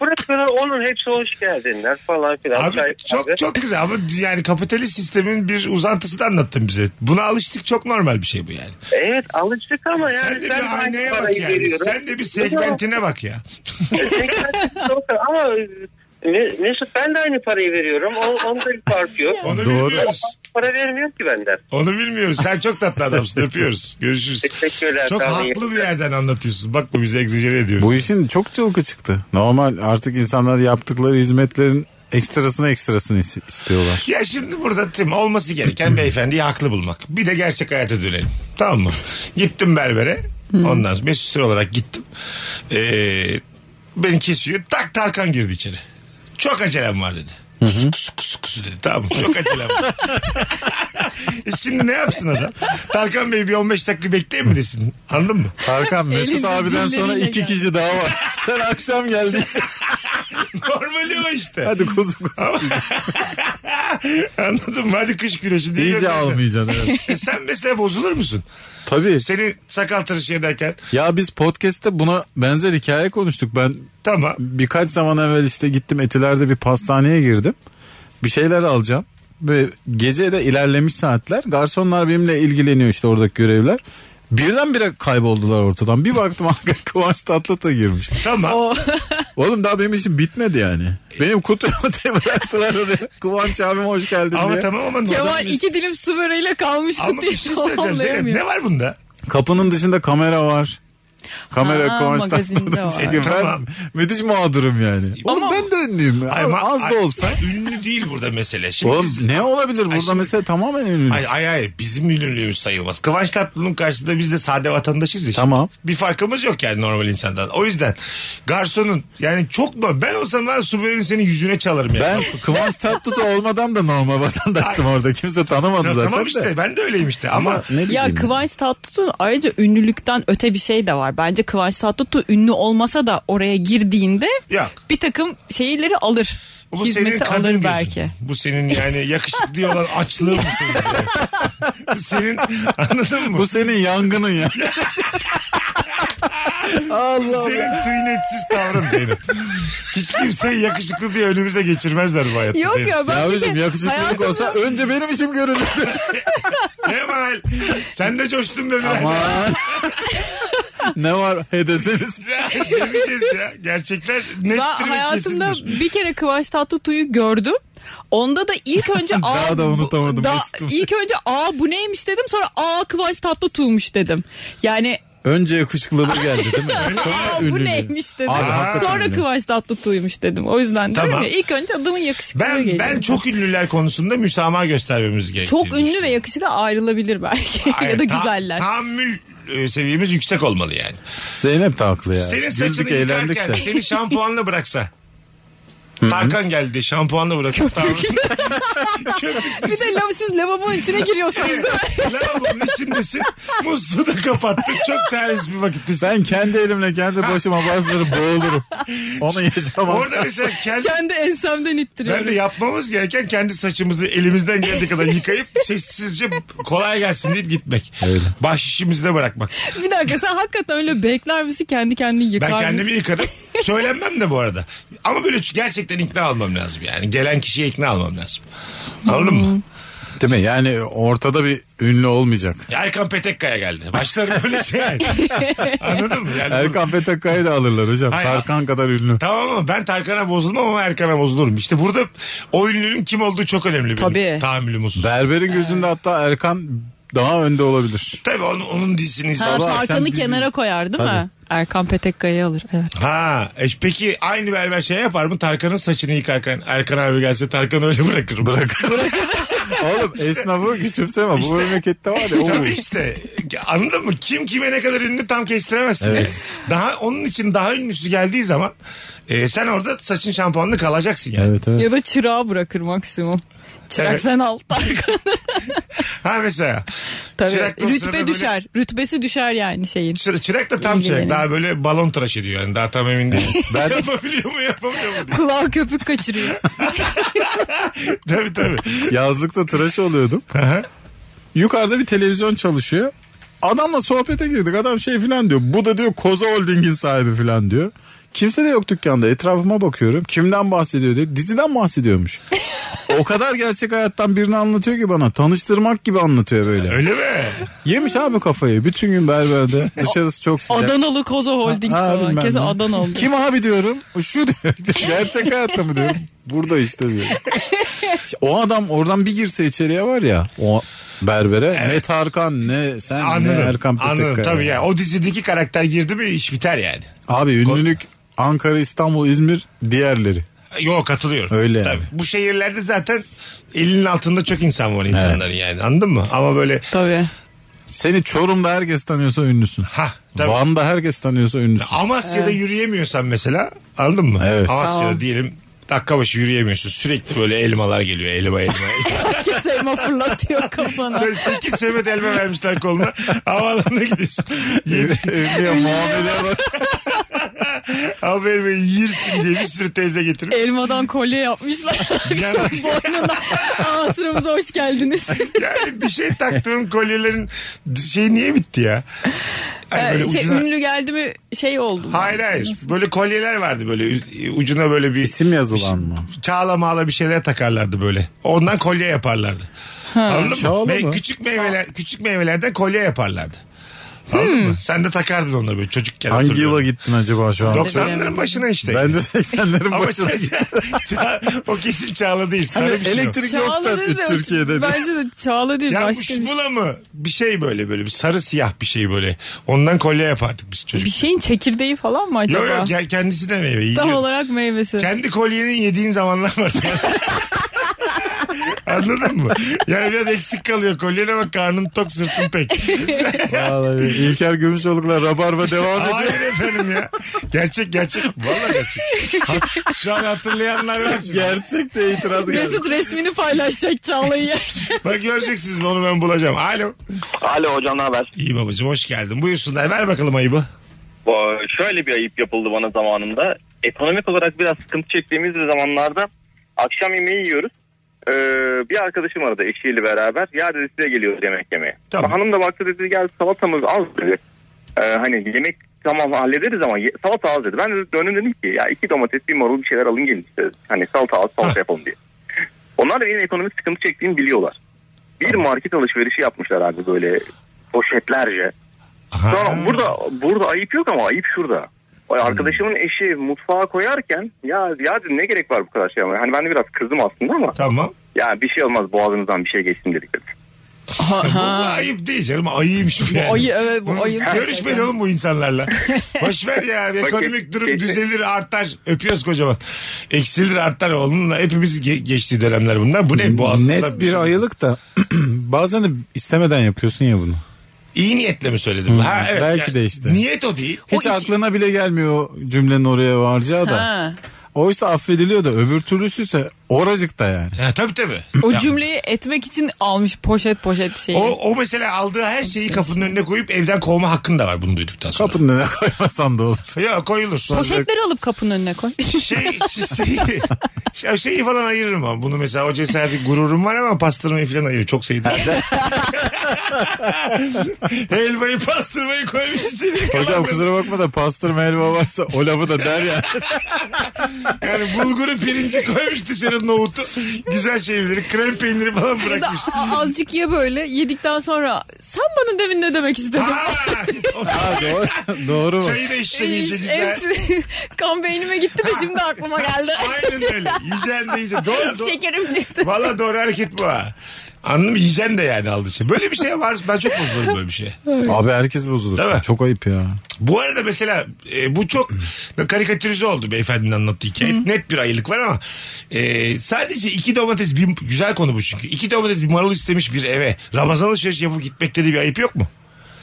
[SPEAKER 6] Bırakıyorlar onun hepsi hoş geldinler falan filan.
[SPEAKER 3] Abi
[SPEAKER 6] Çay- kahve.
[SPEAKER 3] çok çok güzel ama yani kapitalist sistemin bir uzantısı da anlattın bize. Buna alıştık çok normal bir şey bu yani.
[SPEAKER 6] Evet alıştık ama yani
[SPEAKER 3] Sen de bir
[SPEAKER 6] ben aynı
[SPEAKER 3] haneye bak
[SPEAKER 6] parayı
[SPEAKER 3] yani.
[SPEAKER 6] veriyorum.
[SPEAKER 3] Sen de bir segmentine bak ya.
[SPEAKER 6] Segment yok ama Me- Mesut ben de aynı parayı veriyorum. O, onda bir fark yok.
[SPEAKER 3] Onu
[SPEAKER 5] Doğru.
[SPEAKER 3] bilmiyoruz.
[SPEAKER 6] Para vermiyor ki benden.
[SPEAKER 3] Onu bilmiyoruz. Sen çok tatlı adamsın. Öpüyoruz. Görüşürüz.
[SPEAKER 6] Teşekkürler.
[SPEAKER 3] Çok
[SPEAKER 6] Sağ olun.
[SPEAKER 3] haklı bir yerden anlatıyorsun. Bak bu bize egzajere ediyoruz.
[SPEAKER 5] Bu işin çok çılgı çıktı. Normal artık insanlar yaptıkları hizmetlerin ekstrasını ekstrasını is- istiyorlar.
[SPEAKER 3] Ya şimdi burada Tim olması gereken beyefendiyi haklı bulmak. Bir de gerçek hayata dönelim. Tamam mı? gittim berbere. Ondan sonra mesut süre olarak gittim. Ee, beni kesiyor. Tak Tarkan girdi içeri. Çok acelem var dedi. Kusu kusu kusu kusu dedi. Tamam mı? Çok acelem var. E şimdi ne yapsın adam? Tarkan Bey bir 15 dakika bekleyeyim mi desin? Anladın mı?
[SPEAKER 5] Tarkan Mesut
[SPEAKER 4] Elinde
[SPEAKER 5] abiden sonra
[SPEAKER 4] zilleriyle
[SPEAKER 5] iki
[SPEAKER 4] geldi.
[SPEAKER 5] kişi daha var. Sen akşam geldin.
[SPEAKER 3] Normali o işte.
[SPEAKER 5] Hadi kuzu kuzu.
[SPEAKER 3] Anladın mı? Hadi kış güneşi. diye
[SPEAKER 5] İyice
[SPEAKER 3] göndereceğim.
[SPEAKER 5] almayacaksın. Evet.
[SPEAKER 3] E sen mesela bozulur musun?
[SPEAKER 5] Tabii.
[SPEAKER 3] Seni sakal tıraşı ederken
[SPEAKER 5] Ya biz podcast'te buna benzer hikaye konuştuk. Ben
[SPEAKER 3] tamam.
[SPEAKER 5] birkaç zaman evvel işte gittim Etiler'de bir pastaneye girdim. Bir şeyler alacağım. Ve gece de ilerlemiş saatler. Garsonlar benimle ilgileniyor işte oradaki görevler. Birdenbire kayboldular ortadan. Bir baktım hakikaten Kıvanç Tatlıtuğ girmiş.
[SPEAKER 3] Tamam.
[SPEAKER 5] Oğlum daha benim işim bitmedi yani. Benim kutumu da bıraktılar oraya. Kıvanç abim hoş geldin
[SPEAKER 3] Ama
[SPEAKER 5] diye.
[SPEAKER 3] tamam ama
[SPEAKER 4] Kemal
[SPEAKER 3] normal-
[SPEAKER 4] iki dilim su böreğiyle kalmış
[SPEAKER 3] Ama
[SPEAKER 4] kutuyu
[SPEAKER 3] bir şey söyleyeceğim Zeynep.
[SPEAKER 4] tamamlayamıyor.
[SPEAKER 3] Ne var bunda?
[SPEAKER 5] Kapının dışında kamera var. Kamera
[SPEAKER 4] Ha,
[SPEAKER 5] Kıvanç
[SPEAKER 4] magazinde
[SPEAKER 5] Tatlıtuğ
[SPEAKER 4] var.
[SPEAKER 5] çekiyor.
[SPEAKER 3] Tamam.
[SPEAKER 5] Ben müthiş mağdurum yani. Oğlum
[SPEAKER 4] Ama-
[SPEAKER 5] ben de ünlüyüm.
[SPEAKER 3] Ay, ma-
[SPEAKER 5] Az
[SPEAKER 3] ay,
[SPEAKER 5] da olsa.
[SPEAKER 3] Ünlü değil burada mesele. Şimdi
[SPEAKER 5] Oğlum
[SPEAKER 3] biz-
[SPEAKER 5] ne olabilir burada
[SPEAKER 3] şimdi-
[SPEAKER 5] mesela tamamen ünlü.
[SPEAKER 3] Ay, ay ay bizim ünlülüğümüz sayılmaz. Kıvanç Tatlıtuğ'un karşısında biz de sade vatandaşız ya.
[SPEAKER 5] Tamam.
[SPEAKER 3] Bir farkımız yok yani normal insandan. O yüzden garsonun yani çok normal. Ben olsam ben Subaru'nun senin yüzüne çalarım yani.
[SPEAKER 5] Ben Kıvanç Tatlıtuğ olmadan da normal vatandaştım orada. Kimse tanımadı
[SPEAKER 3] Ya
[SPEAKER 5] zaten
[SPEAKER 3] tamam
[SPEAKER 5] de.
[SPEAKER 3] işte ben de öyleyim işte ama
[SPEAKER 5] Ne
[SPEAKER 4] Ya
[SPEAKER 5] bileyim.
[SPEAKER 4] Kıvanç Tatlıtuğ'un ayrıca ünlülükten öte bir şey de var. Bence Kıvanç Tatlıtuğ ünlü olmasa da oraya girdiğinde
[SPEAKER 3] Yok.
[SPEAKER 4] bir takım şeyleri alır.
[SPEAKER 3] bu senin
[SPEAKER 4] Hizmeti
[SPEAKER 3] kadın
[SPEAKER 4] alır
[SPEAKER 3] gözün.
[SPEAKER 4] belki.
[SPEAKER 3] Bu senin yani yakışıklı olan açlığı mı senin? bu senin anladın mı?
[SPEAKER 5] Bu senin yangının ya. Allah Allah.
[SPEAKER 3] Senin tıynetsiz tavrın Zeynep. Hiç kimseyi yakışıklı diye önümüze geçirmezler bu hayatta.
[SPEAKER 4] Yok
[SPEAKER 3] Zeynep.
[SPEAKER 4] ya ben bir
[SPEAKER 5] Yavrucuğum
[SPEAKER 4] de
[SPEAKER 5] yakışıklılık
[SPEAKER 4] hayatımda-
[SPEAKER 5] olsa önce benim işim görülürdü.
[SPEAKER 3] Kemal sen de coştun be biraz.
[SPEAKER 5] Aman. ne var he deseniz.
[SPEAKER 3] Ya, Demeyeceğiz ya. Gerçekler nettir
[SPEAKER 4] Ben
[SPEAKER 3] ve
[SPEAKER 4] hayatımda
[SPEAKER 3] kesindir.
[SPEAKER 4] bir kere Kıvanç Tatlıtuğ'u gördüm. Onda da ilk önce aa,
[SPEAKER 5] Daha da
[SPEAKER 4] bu-
[SPEAKER 5] unutamadım,
[SPEAKER 4] daha-
[SPEAKER 5] Mesut'um.
[SPEAKER 4] ilk önce aa bu neymiş dedim sonra aa Kıvanç Tatlıtuğ'muş dedim. Yani
[SPEAKER 5] Önce yakışıklılığı geldi değil mi? Sonra
[SPEAKER 4] aa bu
[SPEAKER 5] ünlülüğü.
[SPEAKER 4] neymiş dedim.
[SPEAKER 5] Abi, hakikaten
[SPEAKER 4] sonra
[SPEAKER 5] öyle.
[SPEAKER 4] Kıvanç Tatlıtuğ'muş dedim. O yüzden diyorum
[SPEAKER 3] Tamam.
[SPEAKER 4] ya, ilk önce adamın yakışıklılığı
[SPEAKER 3] Ben,
[SPEAKER 4] geliyor.
[SPEAKER 3] ben çok ünlüler konusunda müsamaha göstermemiz gerekiyor.
[SPEAKER 4] Çok ünlü ve yakışıklı ayrılabilir belki ya da güzeller.
[SPEAKER 3] Tahammül e, seviyemiz yüksek olmalı yani.
[SPEAKER 5] Zeynep de haklı ya.
[SPEAKER 3] Senin saçını
[SPEAKER 5] Güldük, eğlendik
[SPEAKER 3] yıkarken
[SPEAKER 5] de.
[SPEAKER 3] seni şampuanla bıraksa. Tarkan geldi şampuanla bırakıp Köpük. Köpük
[SPEAKER 4] bir de lav- siz lavabonun içine giriyorsunuz değil mi?
[SPEAKER 3] Lavabonun içindesin. Musluğu da kapattık. Çok çaresiz bir vakittesin.
[SPEAKER 5] Ben kendi elimle kendi başıma bazıları boğulurum. Onu yaşamam.
[SPEAKER 3] Orada mesela kendi
[SPEAKER 4] Kendi ensemden ittiriyorum.
[SPEAKER 3] Ben de yapmamız gereken kendi saçımızı elimizden geldiği kadar yıkayıp sessizce kolay gelsin deyip gitmek.
[SPEAKER 5] Öyle.
[SPEAKER 3] Baş işimizde bırakmak.
[SPEAKER 4] Bir dakika sen hakikaten öyle bekler misin kendi kendini yıkar
[SPEAKER 3] Ben
[SPEAKER 4] mısın?
[SPEAKER 3] kendimi yıkarım. Söylenmem de bu arada. Ama böyle gerçekten ikna almam lazım yani. Gelen kişiye ikna almam lazım. Anladın mı?
[SPEAKER 5] Değil mi? Yani ortada bir ünlü olmayacak.
[SPEAKER 3] Erkan Petekkaya geldi. Başlarım böyle şey. Anladın mı? Yani
[SPEAKER 5] Erkan Petekkaya'yı da alırlar hocam.
[SPEAKER 3] Hayır.
[SPEAKER 5] Tarkan kadar ünlü.
[SPEAKER 3] Tamam ama ben Tarkan'a bozulmam ama Erkan'a bozulurum. İşte burada o ünlünün kim olduğu çok önemli benim.
[SPEAKER 4] Tabii.
[SPEAKER 3] Tahammülüm husus.
[SPEAKER 5] Berberin gözünde hatta Erkan daha önde olabilir.
[SPEAKER 3] Tabii onun, onun dizisini
[SPEAKER 4] Ha,
[SPEAKER 3] izledim.
[SPEAKER 5] Sabah akşam
[SPEAKER 4] Tarkan'ı
[SPEAKER 5] dizi-
[SPEAKER 4] kenara koyar değil mi? Erkan Petekkaya'yı alır. Evet.
[SPEAKER 3] Ha, e peki aynı berber şey yapar mı? Tarkan'ın saçını yıkarken Erkan abi gelse Tarkan'ı öyle bırakırım. Bırakırım.
[SPEAKER 5] Oğlum esnafı küçümseme. Bu memlekette var ya. oo.
[SPEAKER 3] Tabii işte anladın mı? Kim kime ne kadar ünlü tam kestiremezsin.
[SPEAKER 5] Evet.
[SPEAKER 3] Daha onun için daha ünlüsü geldiği zaman e, sen orada saçın şampuanlı kalacaksın yani.
[SPEAKER 5] Evet evet.
[SPEAKER 4] Ya da çırağı bırakır maksimum. Çırak sen al. Tarkan.
[SPEAKER 3] Ha mesela.
[SPEAKER 4] Tabii.
[SPEAKER 3] Çırak dostları da böyle-
[SPEAKER 4] Rütbe düşer. Rütbesi düşer yani şeyin.
[SPEAKER 3] Çı- Çırak da tam çırak.
[SPEAKER 4] İlgilenin.
[SPEAKER 3] Daha böyle balon tıraş ediyor. Yani daha tam emin değilim.
[SPEAKER 5] Ben-
[SPEAKER 3] Yapabiliyor mu yapamıyor mu? diye.
[SPEAKER 4] Kulağı köpük kaçırıyor.
[SPEAKER 3] tabii tabii.
[SPEAKER 5] Yazlıkta tıraş oluyordum.
[SPEAKER 3] Aha.
[SPEAKER 5] Yukarıda bir televizyon çalışıyor. Adamla sohbete girdik. Adam şey filan diyor. Bu da diyor Koza Holding'in sahibi filan diyor. Kimse de yok dükkanda. Etrafıma bakıyorum. Kimden bahsediyor diye. Diziden bahsediyormuş. o kadar gerçek hayattan birini anlatıyor ki bana. Tanıştırmak gibi anlatıyor böyle.
[SPEAKER 3] Öyle mi?
[SPEAKER 5] Yemiş abi kafayı. Bütün gün berberde. Dışarısı çok sıcak.
[SPEAKER 4] Adanalı Koza Holding
[SPEAKER 5] Ha,
[SPEAKER 4] falan.
[SPEAKER 5] bilmem
[SPEAKER 4] Kesin
[SPEAKER 5] ne.
[SPEAKER 4] Adanalı.
[SPEAKER 5] Kim abi diyorum. Şu diyor. Gerçek hayatta mı diyorum. Burada işte diyor. İşte o adam oradan bir girse içeriye var ya. O berbere ne Tarkan ne sen ne
[SPEAKER 3] Anladım.
[SPEAKER 5] Erkan
[SPEAKER 3] Anladım.
[SPEAKER 5] Petekkaya.
[SPEAKER 3] Tabii ya. O dizideki karakter girdi mi iş biter yani.
[SPEAKER 5] Abi ünlülük Ankara, İstanbul, İzmir diğerleri.
[SPEAKER 3] Yok katılıyorum.
[SPEAKER 5] Öyle
[SPEAKER 3] Tabii.
[SPEAKER 5] yani.
[SPEAKER 3] Bu şehirlerde zaten elinin altında çok insan var insanların yani. Anladın mı? Ama böyle
[SPEAKER 4] Tabii.
[SPEAKER 5] Seni Çorum'da herkes tanıyorsa ünlüsün.
[SPEAKER 3] ha tabii.
[SPEAKER 5] Van'da herkes tanıyorsa ünlüsün.
[SPEAKER 3] Amasya'da yürüyemiyorsan mesela anladın mı?
[SPEAKER 5] Evet.
[SPEAKER 3] Amasya'da diyelim dakika başı yürüyemiyorsun. Sürekli böyle elmalar geliyor. Elma elma elma.
[SPEAKER 4] Herkes elma fırlatıyor kafana.
[SPEAKER 3] Sen 8 semet elma vermişler koluna. Havaalanına gidiyorsun. Yedi-
[SPEAKER 5] Evliya muameleye bak.
[SPEAKER 3] Al bu elmayı yersin diye bir sürü teyze getirmiş.
[SPEAKER 4] Elmadan kolye yapmışlar.
[SPEAKER 3] Yani,
[SPEAKER 4] Boynuna. Aa sıramıza hoş geldiniz.
[SPEAKER 3] yani bir şey taktığın kolyelerin şey niye bitti ya? Hani böyle
[SPEAKER 4] Ee, şey,
[SPEAKER 3] ucuna-
[SPEAKER 4] ünlü geldi mi şey oldu.
[SPEAKER 3] Hayır hayır. Böyle kolyeler vardı böyle Ü- ucuna böyle bir şey-
[SPEAKER 5] İsim yazılan mı?
[SPEAKER 3] çağla mağla bir şeyler takarlardı böyle. Ondan kolye yaparlardı. Anladın
[SPEAKER 5] Çağla
[SPEAKER 3] mı? Ve
[SPEAKER 5] mı?
[SPEAKER 3] küçük meyveler küçük meyvelerden kolye yaparlardı. Anladın
[SPEAKER 4] Hmm.
[SPEAKER 3] mı? Sen de takardın onları böyle çocukken.
[SPEAKER 5] Hangi
[SPEAKER 3] hatırlıyorum.
[SPEAKER 5] yıla gittin acaba şu an?
[SPEAKER 3] 90'ların başına işte.
[SPEAKER 5] Ben de 80'lerin
[SPEAKER 3] Ama
[SPEAKER 5] başına
[SPEAKER 3] sen-
[SPEAKER 5] gittim.
[SPEAKER 3] Çağ- o kesin Çağla değil. Sarı
[SPEAKER 5] Hani
[SPEAKER 3] bir şey o.
[SPEAKER 5] elektrik yok da
[SPEAKER 4] değil de-
[SPEAKER 5] Türkiye'de.
[SPEAKER 4] Bence de Çağla değil.
[SPEAKER 3] Ya bu
[SPEAKER 4] başka bir,
[SPEAKER 3] şmula mı? Bir şey böyle böyle bir sarı siyah bir şey böyle. Ondan kolye yapardık biz çocuk.
[SPEAKER 4] bir şeyin çekirdeği falan mı acaba?
[SPEAKER 3] Yok yok ya kendisi de meyve
[SPEAKER 4] Tam
[SPEAKER 3] yiyor.
[SPEAKER 4] olarak meyvesi.
[SPEAKER 3] Kendi kolyenin yediğin zamanlar var. Anladın mı? Yani biraz eksik kalıyor kolyene bak karnın tok sırtın pek.
[SPEAKER 5] Vallahi İlker Gümüşoluk'la Rabarba devam ediyor.
[SPEAKER 3] Hayır efendim ya. Gerçek gerçek. Vallahi gerçek. Hat- Şu an hatırlayanlar var. şimdi.
[SPEAKER 5] Gerçek de itiraz geldi.
[SPEAKER 4] Mesut resmini paylaşacak Çağla'yı yerken.
[SPEAKER 3] Bak göreceksiniz onu ben bulacağım. Alo.
[SPEAKER 7] Alo hocam ne haber?
[SPEAKER 3] İyi babacığım hoş geldin. Buyursunlar ver bakalım ayıbı.
[SPEAKER 7] Bu- Ee, Şöyle bir ayıp yapıldı bana zamanında. Ekonomik olarak biraz sıkıntı çektiğimiz bir zamanlarda akşam yemeği yiyoruz. Ee, bir arkadaşım aradı eşiyle beraber. Ya dedi size geliyoruz yemek yemeye.
[SPEAKER 3] Tamam.
[SPEAKER 7] Hanım da baktı dedi gel salatamız az dedi. Ee, hani yemek tamam hallederiz ama ye- salata az dedi. Ben de döndüm dedim ki ya iki domates bir marul bir şeyler alın gelin. işte. Hani salata az salata yapalım diye. Onlar da benim ekonomik sıkıntı çektiğimi biliyorlar. Bir market alışverişi yapmışlar abi böyle poşetlerce. Sonra burada burada ayıp yok ama ayıp şurada. O Arkadaşımın eşi mutfağa koyarken ya ya dedim, ne gerek var bu kadar şey ama hani ben de biraz kızdım aslında ama
[SPEAKER 3] Tamam.
[SPEAKER 7] ya bir şey olmaz boğazınızdan bir şey geçsin dedik. dedi.
[SPEAKER 3] Bu ayıp değil canım ayıymış bu yani.
[SPEAKER 4] ayı, evet, bu ayı.
[SPEAKER 3] Görüşmeyin oğlum bu insanlarla. Boş ver ya. Ekonomik durum
[SPEAKER 7] geçti.
[SPEAKER 3] düzelir artar. Öpüyoruz kocaman. Eksilir artar onunla. Hepimiz ge- geçtiği dönemler bunlar. Bu ne? Boğazında
[SPEAKER 5] Net bir ayılık da bazen de istemeden yapıyorsun ya bunu.
[SPEAKER 3] İyi niyetle mi söyledim? Ha, evet.
[SPEAKER 5] Belki de işte.
[SPEAKER 3] Niyet o değil. O
[SPEAKER 5] Hiç
[SPEAKER 3] iç-
[SPEAKER 5] aklına bile gelmiyor o cümlenin oraya varacağı da.
[SPEAKER 4] Ha.
[SPEAKER 5] Oysa affediliyor da öbür türlüsüyse oracıkta yani.
[SPEAKER 3] Ha, tabii tabii.
[SPEAKER 4] O
[SPEAKER 3] Ya,
[SPEAKER 4] cümleyi etmek için almış poşet poşet şeyi.
[SPEAKER 3] O, o mesela aldığı her şeyi kapının önüne koyup evden kovma hakkın da var bunu duyduktan sonra.
[SPEAKER 5] Kapının önüne koymasan da olur.
[SPEAKER 3] Ya koyulur.
[SPEAKER 4] Poşetleri alıp kapının önüne koy.
[SPEAKER 3] şey, şey, şey, şeyi falan ayırırım ama bunu mesela o cesareti gururum var ama pastırmayı falan ayırırım. Çok sevdim. Helvayı pastırmayı koymuş içeriye.
[SPEAKER 5] Hocam kusura bakma da pastırma helva varsa o lafı da der ya.
[SPEAKER 3] Yani bulguru pirinci koymuş dışarı nohutu. Güzel şeyleri krem peyniri falan
[SPEAKER 4] Ya da
[SPEAKER 3] bırakmış.
[SPEAKER 4] a- azıcık ye böyle yedikten sonra sen bana demin ne demek istedin?
[SPEAKER 3] Ha! şey O
[SPEAKER 5] Ha, doğru, doğru mu?
[SPEAKER 3] Çayı da içeceksin
[SPEAKER 4] Reis,
[SPEAKER 3] iyice güzel.
[SPEAKER 4] hepsi- kan beynime gitti de şimdi aklıma geldi.
[SPEAKER 3] Aynen öyle. Yiyeceksin de yiyeceksin. Doğru, doğru.
[SPEAKER 4] Şekerim çıktı.
[SPEAKER 3] Valla doğru hareket bu ha. Anladın mı? Yiyeceksin de yani aldığı şey. Böyle bir şey var. Ben çok bozulurum böyle bir şeye.
[SPEAKER 5] Abi herkes bozulur.
[SPEAKER 3] Değil mi?
[SPEAKER 5] Çok ayıp ya.
[SPEAKER 3] Bu arada mesela e, bu çok karikatürize oldu beyefendinin anlattığı hikaye. Net bir ayılık var ama e, sadece iki domates bir güzel konu bu çünkü. İki domates bir marul istemiş bir eve. Ramazan alışverişi yapıp gitmekte de bir ayıp yok mu?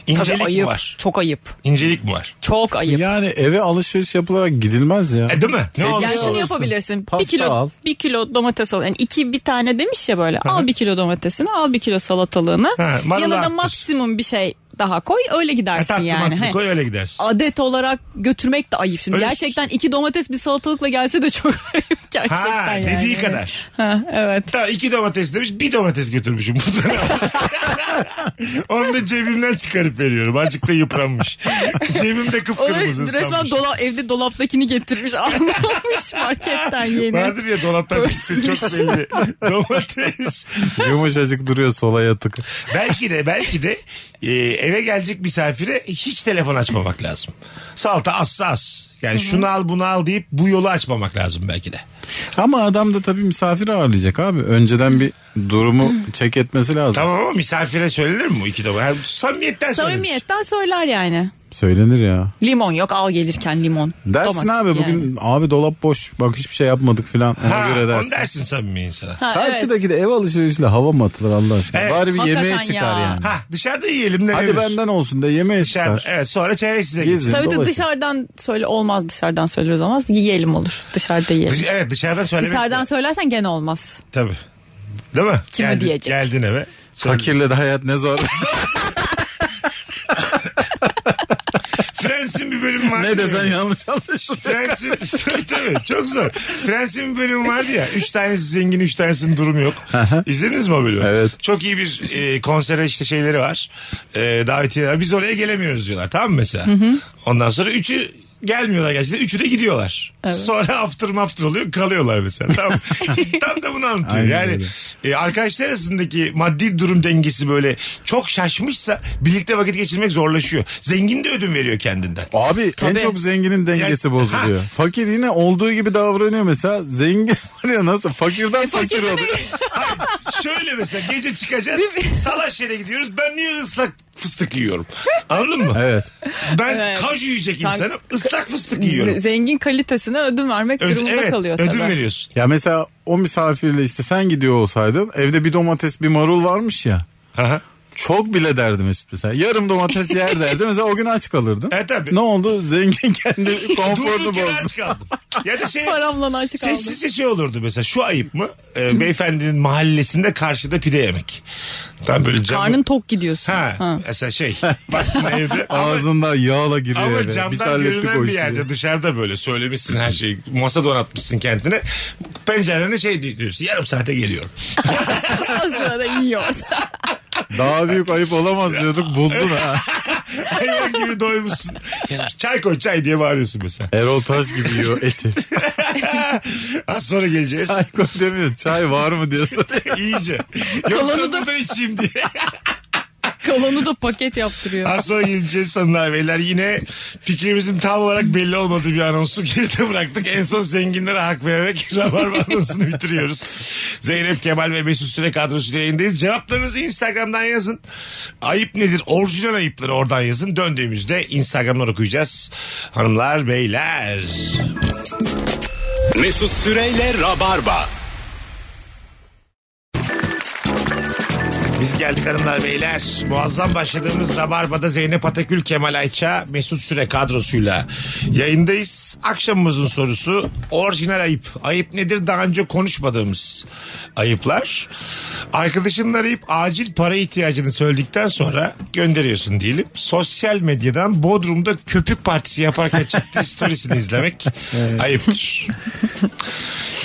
[SPEAKER 3] İncelik
[SPEAKER 4] Tabii
[SPEAKER 3] mi
[SPEAKER 4] ayıp.
[SPEAKER 3] var?
[SPEAKER 4] Çok ayıp.
[SPEAKER 3] İncelik mi var?
[SPEAKER 4] Çok ayıp.
[SPEAKER 5] Yani eve alışveriş yapılarak gidilmez ya.
[SPEAKER 3] E, değil mi? Ne oldu?
[SPEAKER 4] Yani şunu
[SPEAKER 5] alırsın.
[SPEAKER 4] yapabilirsin.
[SPEAKER 5] Pasta
[SPEAKER 4] bir kilo
[SPEAKER 5] al.
[SPEAKER 4] bir kilo domates al. Yani iki bir tane demiş ya böyle. al bir kilo domatesini, al bir kilo salatalığını.
[SPEAKER 3] Ha, marulu
[SPEAKER 4] Yanına
[SPEAKER 3] arttır.
[SPEAKER 4] maksimum bir şey daha koy. Öyle
[SPEAKER 3] Ha,
[SPEAKER 4] gidersin
[SPEAKER 3] tatlı
[SPEAKER 4] yani.
[SPEAKER 3] matlı
[SPEAKER 4] He.
[SPEAKER 3] koy öyle gidersin.
[SPEAKER 4] Adet olarak götürmek de ayıp şimdi.
[SPEAKER 3] Öyle-
[SPEAKER 4] Gerçekten iki domates bir salatalıkla gelse de çok ayıp gerçekten
[SPEAKER 3] Ha
[SPEAKER 4] yani.
[SPEAKER 3] dediği kadar.
[SPEAKER 4] Ha, evet.
[SPEAKER 3] Hatta iki domates demiş bir domates götürmüşüm buradan. Onu da cebimden çıkarıp veriyorum. Azıcık da yıpranmış. Cebimde
[SPEAKER 4] Onu
[SPEAKER 3] kıpkırmızı
[SPEAKER 4] resmen
[SPEAKER 3] ıslanmış.
[SPEAKER 4] dola, evde dolaptakini getirmiş almamış marketten yeni.
[SPEAKER 3] Vardır ya dolaptan çıktı çok belli. domates.
[SPEAKER 5] Yumuşacık duruyor sola yatık.
[SPEAKER 3] belki de belki de e, eve gelecek misafire hiç telefon açmamak lazım. Salta az az. Yani şunu al bunu al deyip bu yolu açmamak lazım belki de.
[SPEAKER 5] Ama adam da tabii misafir ağırlayacak abi. Önceden bir durumu çek etmesi lazım.
[SPEAKER 3] Tamam ama misafire söylenir mi bu iki domates? Yani samimiyetten söylenir.
[SPEAKER 4] Samimiyetten söyler yani.
[SPEAKER 5] Söylenir ya.
[SPEAKER 4] Limon yok al gelirken limon.
[SPEAKER 5] Dersin
[SPEAKER 4] Domates
[SPEAKER 5] abi
[SPEAKER 4] yani.
[SPEAKER 5] bugün abi dolap boş. Bak hiçbir şey yapmadık filan. Ona
[SPEAKER 3] Ha,
[SPEAKER 5] göre
[SPEAKER 3] onu
[SPEAKER 5] dersin.
[SPEAKER 3] dersin samimi insana.
[SPEAKER 4] Ha, evet.
[SPEAKER 5] Karşıdaki de ev alışverişiyle hava mı atılır Allah aşkına?
[SPEAKER 3] Evet.
[SPEAKER 5] Bari bir
[SPEAKER 4] Hakikaten
[SPEAKER 5] yemeğe çıkar
[SPEAKER 4] ya.
[SPEAKER 5] yani.
[SPEAKER 3] Ha dışarıda yiyelim ne
[SPEAKER 5] Hadi
[SPEAKER 3] denir?
[SPEAKER 5] benden olsun da yemeğe
[SPEAKER 3] Dışarıda.
[SPEAKER 5] çıkar.
[SPEAKER 3] Evet sonra çeyrek size
[SPEAKER 5] Gezin,
[SPEAKER 3] gitsin.
[SPEAKER 4] Tabii tabii
[SPEAKER 5] dolaşın.
[SPEAKER 4] dışarıdan söyle olmaz dışarıdan söyleriz olmaz. Yiyelim olur. Dışarıda yiyelim.
[SPEAKER 3] Dış- evet dışarıdan söylemek.
[SPEAKER 4] Dışarıdan söylersen gene olmaz.
[SPEAKER 3] Tabii. Değil mi?
[SPEAKER 4] Kimi
[SPEAKER 3] geldin,
[SPEAKER 4] diyecek?
[SPEAKER 3] Geldin eve. Söyledin.
[SPEAKER 5] Fakirle de hayat ne zor.
[SPEAKER 3] Friends'in bir bölümü vardı.
[SPEAKER 5] ne desen
[SPEAKER 3] ya.
[SPEAKER 5] yanlış anlaşılır.
[SPEAKER 3] Friends'in tabii, tabii çok zor. Friends'in bir bölümü vardı ya. Üç tanesi zengin, üç tanesinin durumu yok. İzlediniz mi o bölümü?
[SPEAKER 5] Evet.
[SPEAKER 3] Çok iyi bir e, konsere işte şeyleri var. E, davetiyeler. Biz oraya gelemiyoruz diyorlar. Tamam mı mesela? Ondan sonra üçü gelmiyorlar gerçekten. Üçü de gidiyorlar. Sonra after mafter oluyor kalıyorlar mesela. Tam, tam da bunu anlatıyor.
[SPEAKER 5] Aynen
[SPEAKER 3] yani
[SPEAKER 5] öyle.
[SPEAKER 3] e, arkadaşlar arasındaki maddi durum dengesi böyle çok şaşmışsa birlikte vakit geçirmek zorlaşıyor. Zengin de ödün veriyor kendinden.
[SPEAKER 5] Abi
[SPEAKER 4] Tabii.
[SPEAKER 5] en çok zenginin dengesi
[SPEAKER 3] Yani-
[SPEAKER 5] bozuluyor. Fakir yine olduğu gibi davranıyor mesela. Zengin var ya nasıl
[SPEAKER 4] E,
[SPEAKER 3] E,
[SPEAKER 5] fakirden fakir oluyor.
[SPEAKER 3] Şöyle mesela gece çıkacağız salaş yere gidiyoruz ben niye ıslak fıstık yiyorum anladın mı?
[SPEAKER 5] Evet.
[SPEAKER 3] Ben
[SPEAKER 4] Evet.
[SPEAKER 3] kaju yiyecek
[SPEAKER 4] Sen-
[SPEAKER 3] insanım ıslak fıstık
[SPEAKER 4] Z-
[SPEAKER 3] yiyorum.
[SPEAKER 4] Zengin kalitesine ödün vermek
[SPEAKER 3] Öd-
[SPEAKER 4] durumunda
[SPEAKER 3] evet,
[SPEAKER 4] kalıyor tabii.
[SPEAKER 3] ödün veriyorsun.
[SPEAKER 5] Ya mesela o misafirle işte sen gidiyor olsaydın evde bir domates bir marul varmış ya.
[SPEAKER 3] Aha.
[SPEAKER 5] Çok bile derdim Mesut mesela. Yarım domates yer derdi. Mesela o gün aç kalırdın.
[SPEAKER 3] E, tabii.
[SPEAKER 5] Ne oldu? Zengin kendi konforunu
[SPEAKER 3] Durduk yere
[SPEAKER 5] bozdu.
[SPEAKER 3] aç kaldım. Ya da şey
[SPEAKER 4] Paramla açık aldım.
[SPEAKER 3] Sessizce şey olurdu mesela şu ayıp mı? Ee, beyefendinin mahallesinde karşıda pide yemek. Tam böyle camı...
[SPEAKER 4] Karnın tok gidiyorsun.
[SPEAKER 3] Ha,
[SPEAKER 4] Ha.
[SPEAKER 3] mesela şey. Baktın evde. ama-
[SPEAKER 5] Ağzında yağla giriyor.
[SPEAKER 3] Ama
[SPEAKER 5] eve. Biz
[SPEAKER 3] camdan
[SPEAKER 5] hallettik
[SPEAKER 3] görünen
[SPEAKER 5] o
[SPEAKER 3] bir
[SPEAKER 5] işi.
[SPEAKER 3] yerde dışarıda böyle söylemişsin her şeyi. Masa donatmışsın kendine. Pencerene şey di- diyorsun yarım saate geliyorum.
[SPEAKER 4] O sırada yiyor.
[SPEAKER 5] Daha büyük ayıp olamaz diyorduk buldun ha.
[SPEAKER 3] Hayvan gibi doymuşsun. Çay koy çay diye bağırıyorsun mesela.
[SPEAKER 5] Erol Taş gibi yiyor eti.
[SPEAKER 3] Az sonra geleceğiz.
[SPEAKER 5] Çay koy demiyor. Çay var mı diye soruyor.
[SPEAKER 3] İyice. Yoksa
[SPEAKER 4] Kalanı da-
[SPEAKER 3] bu da içeyim diye.
[SPEAKER 4] Kalanı da paket yaptırıyor.
[SPEAKER 3] Az sonra geleceğiz hanımlar beyler. Yine fikrimizin tam olarak belli olmadığı bir anonsu geride bıraktık. En son zenginlere hak vererek Rabarba anonsunu bitiriyoruz. Zeynep Kemal ve Mesut Süre kadrosu yayındayız. Cevaplarınızı Instagram'dan yazın. Ayıp nedir? Orijinal ayıpları oradan yazın. Döndüğümüzde Instagram'dan okuyacağız. Hanımlar beyler.
[SPEAKER 2] Mesut Süreyle Rabarba.
[SPEAKER 3] Biz geldik hanımlar beyler. Muazzam başladığımız Rabarba'da Zeynep Atakül, Kemal Ayça, Mesut Süre kadrosuyla yayındayız. Akşamımızın sorusu orijinal ayıp. Ayıp nedir daha önce konuşmadığımız ayıplar. Arkadaşınla arayıp acil para ihtiyacını söyledikten sonra gönderiyorsun diyelim. Sosyal medyadan Bodrum'da köpük partisi yaparken çıktığı storiesini izlemek ayıptır.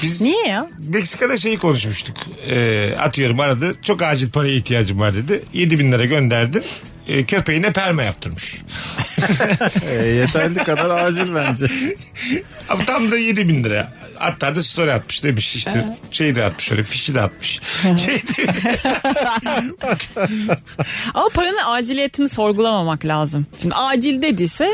[SPEAKER 3] Biz...
[SPEAKER 4] Niye ya?
[SPEAKER 3] Meksika'da şeyi konuşmuştuk. Ee, atıyorum aradı. Çok acil paraya ihtiyacım var dedi. 7 bin lira gönderdi. Ee, köpeğine perma yaptırmış.
[SPEAKER 5] E, yeterli kadar acil bence.
[SPEAKER 3] Ama tam da 7 bin lira. Hatta da story atmış demiş işte şey de atmış öyle fişi de atmış. şey de,
[SPEAKER 4] Ama paranın aciliyetini sorgulamamak lazım. Şimdi acil dediyse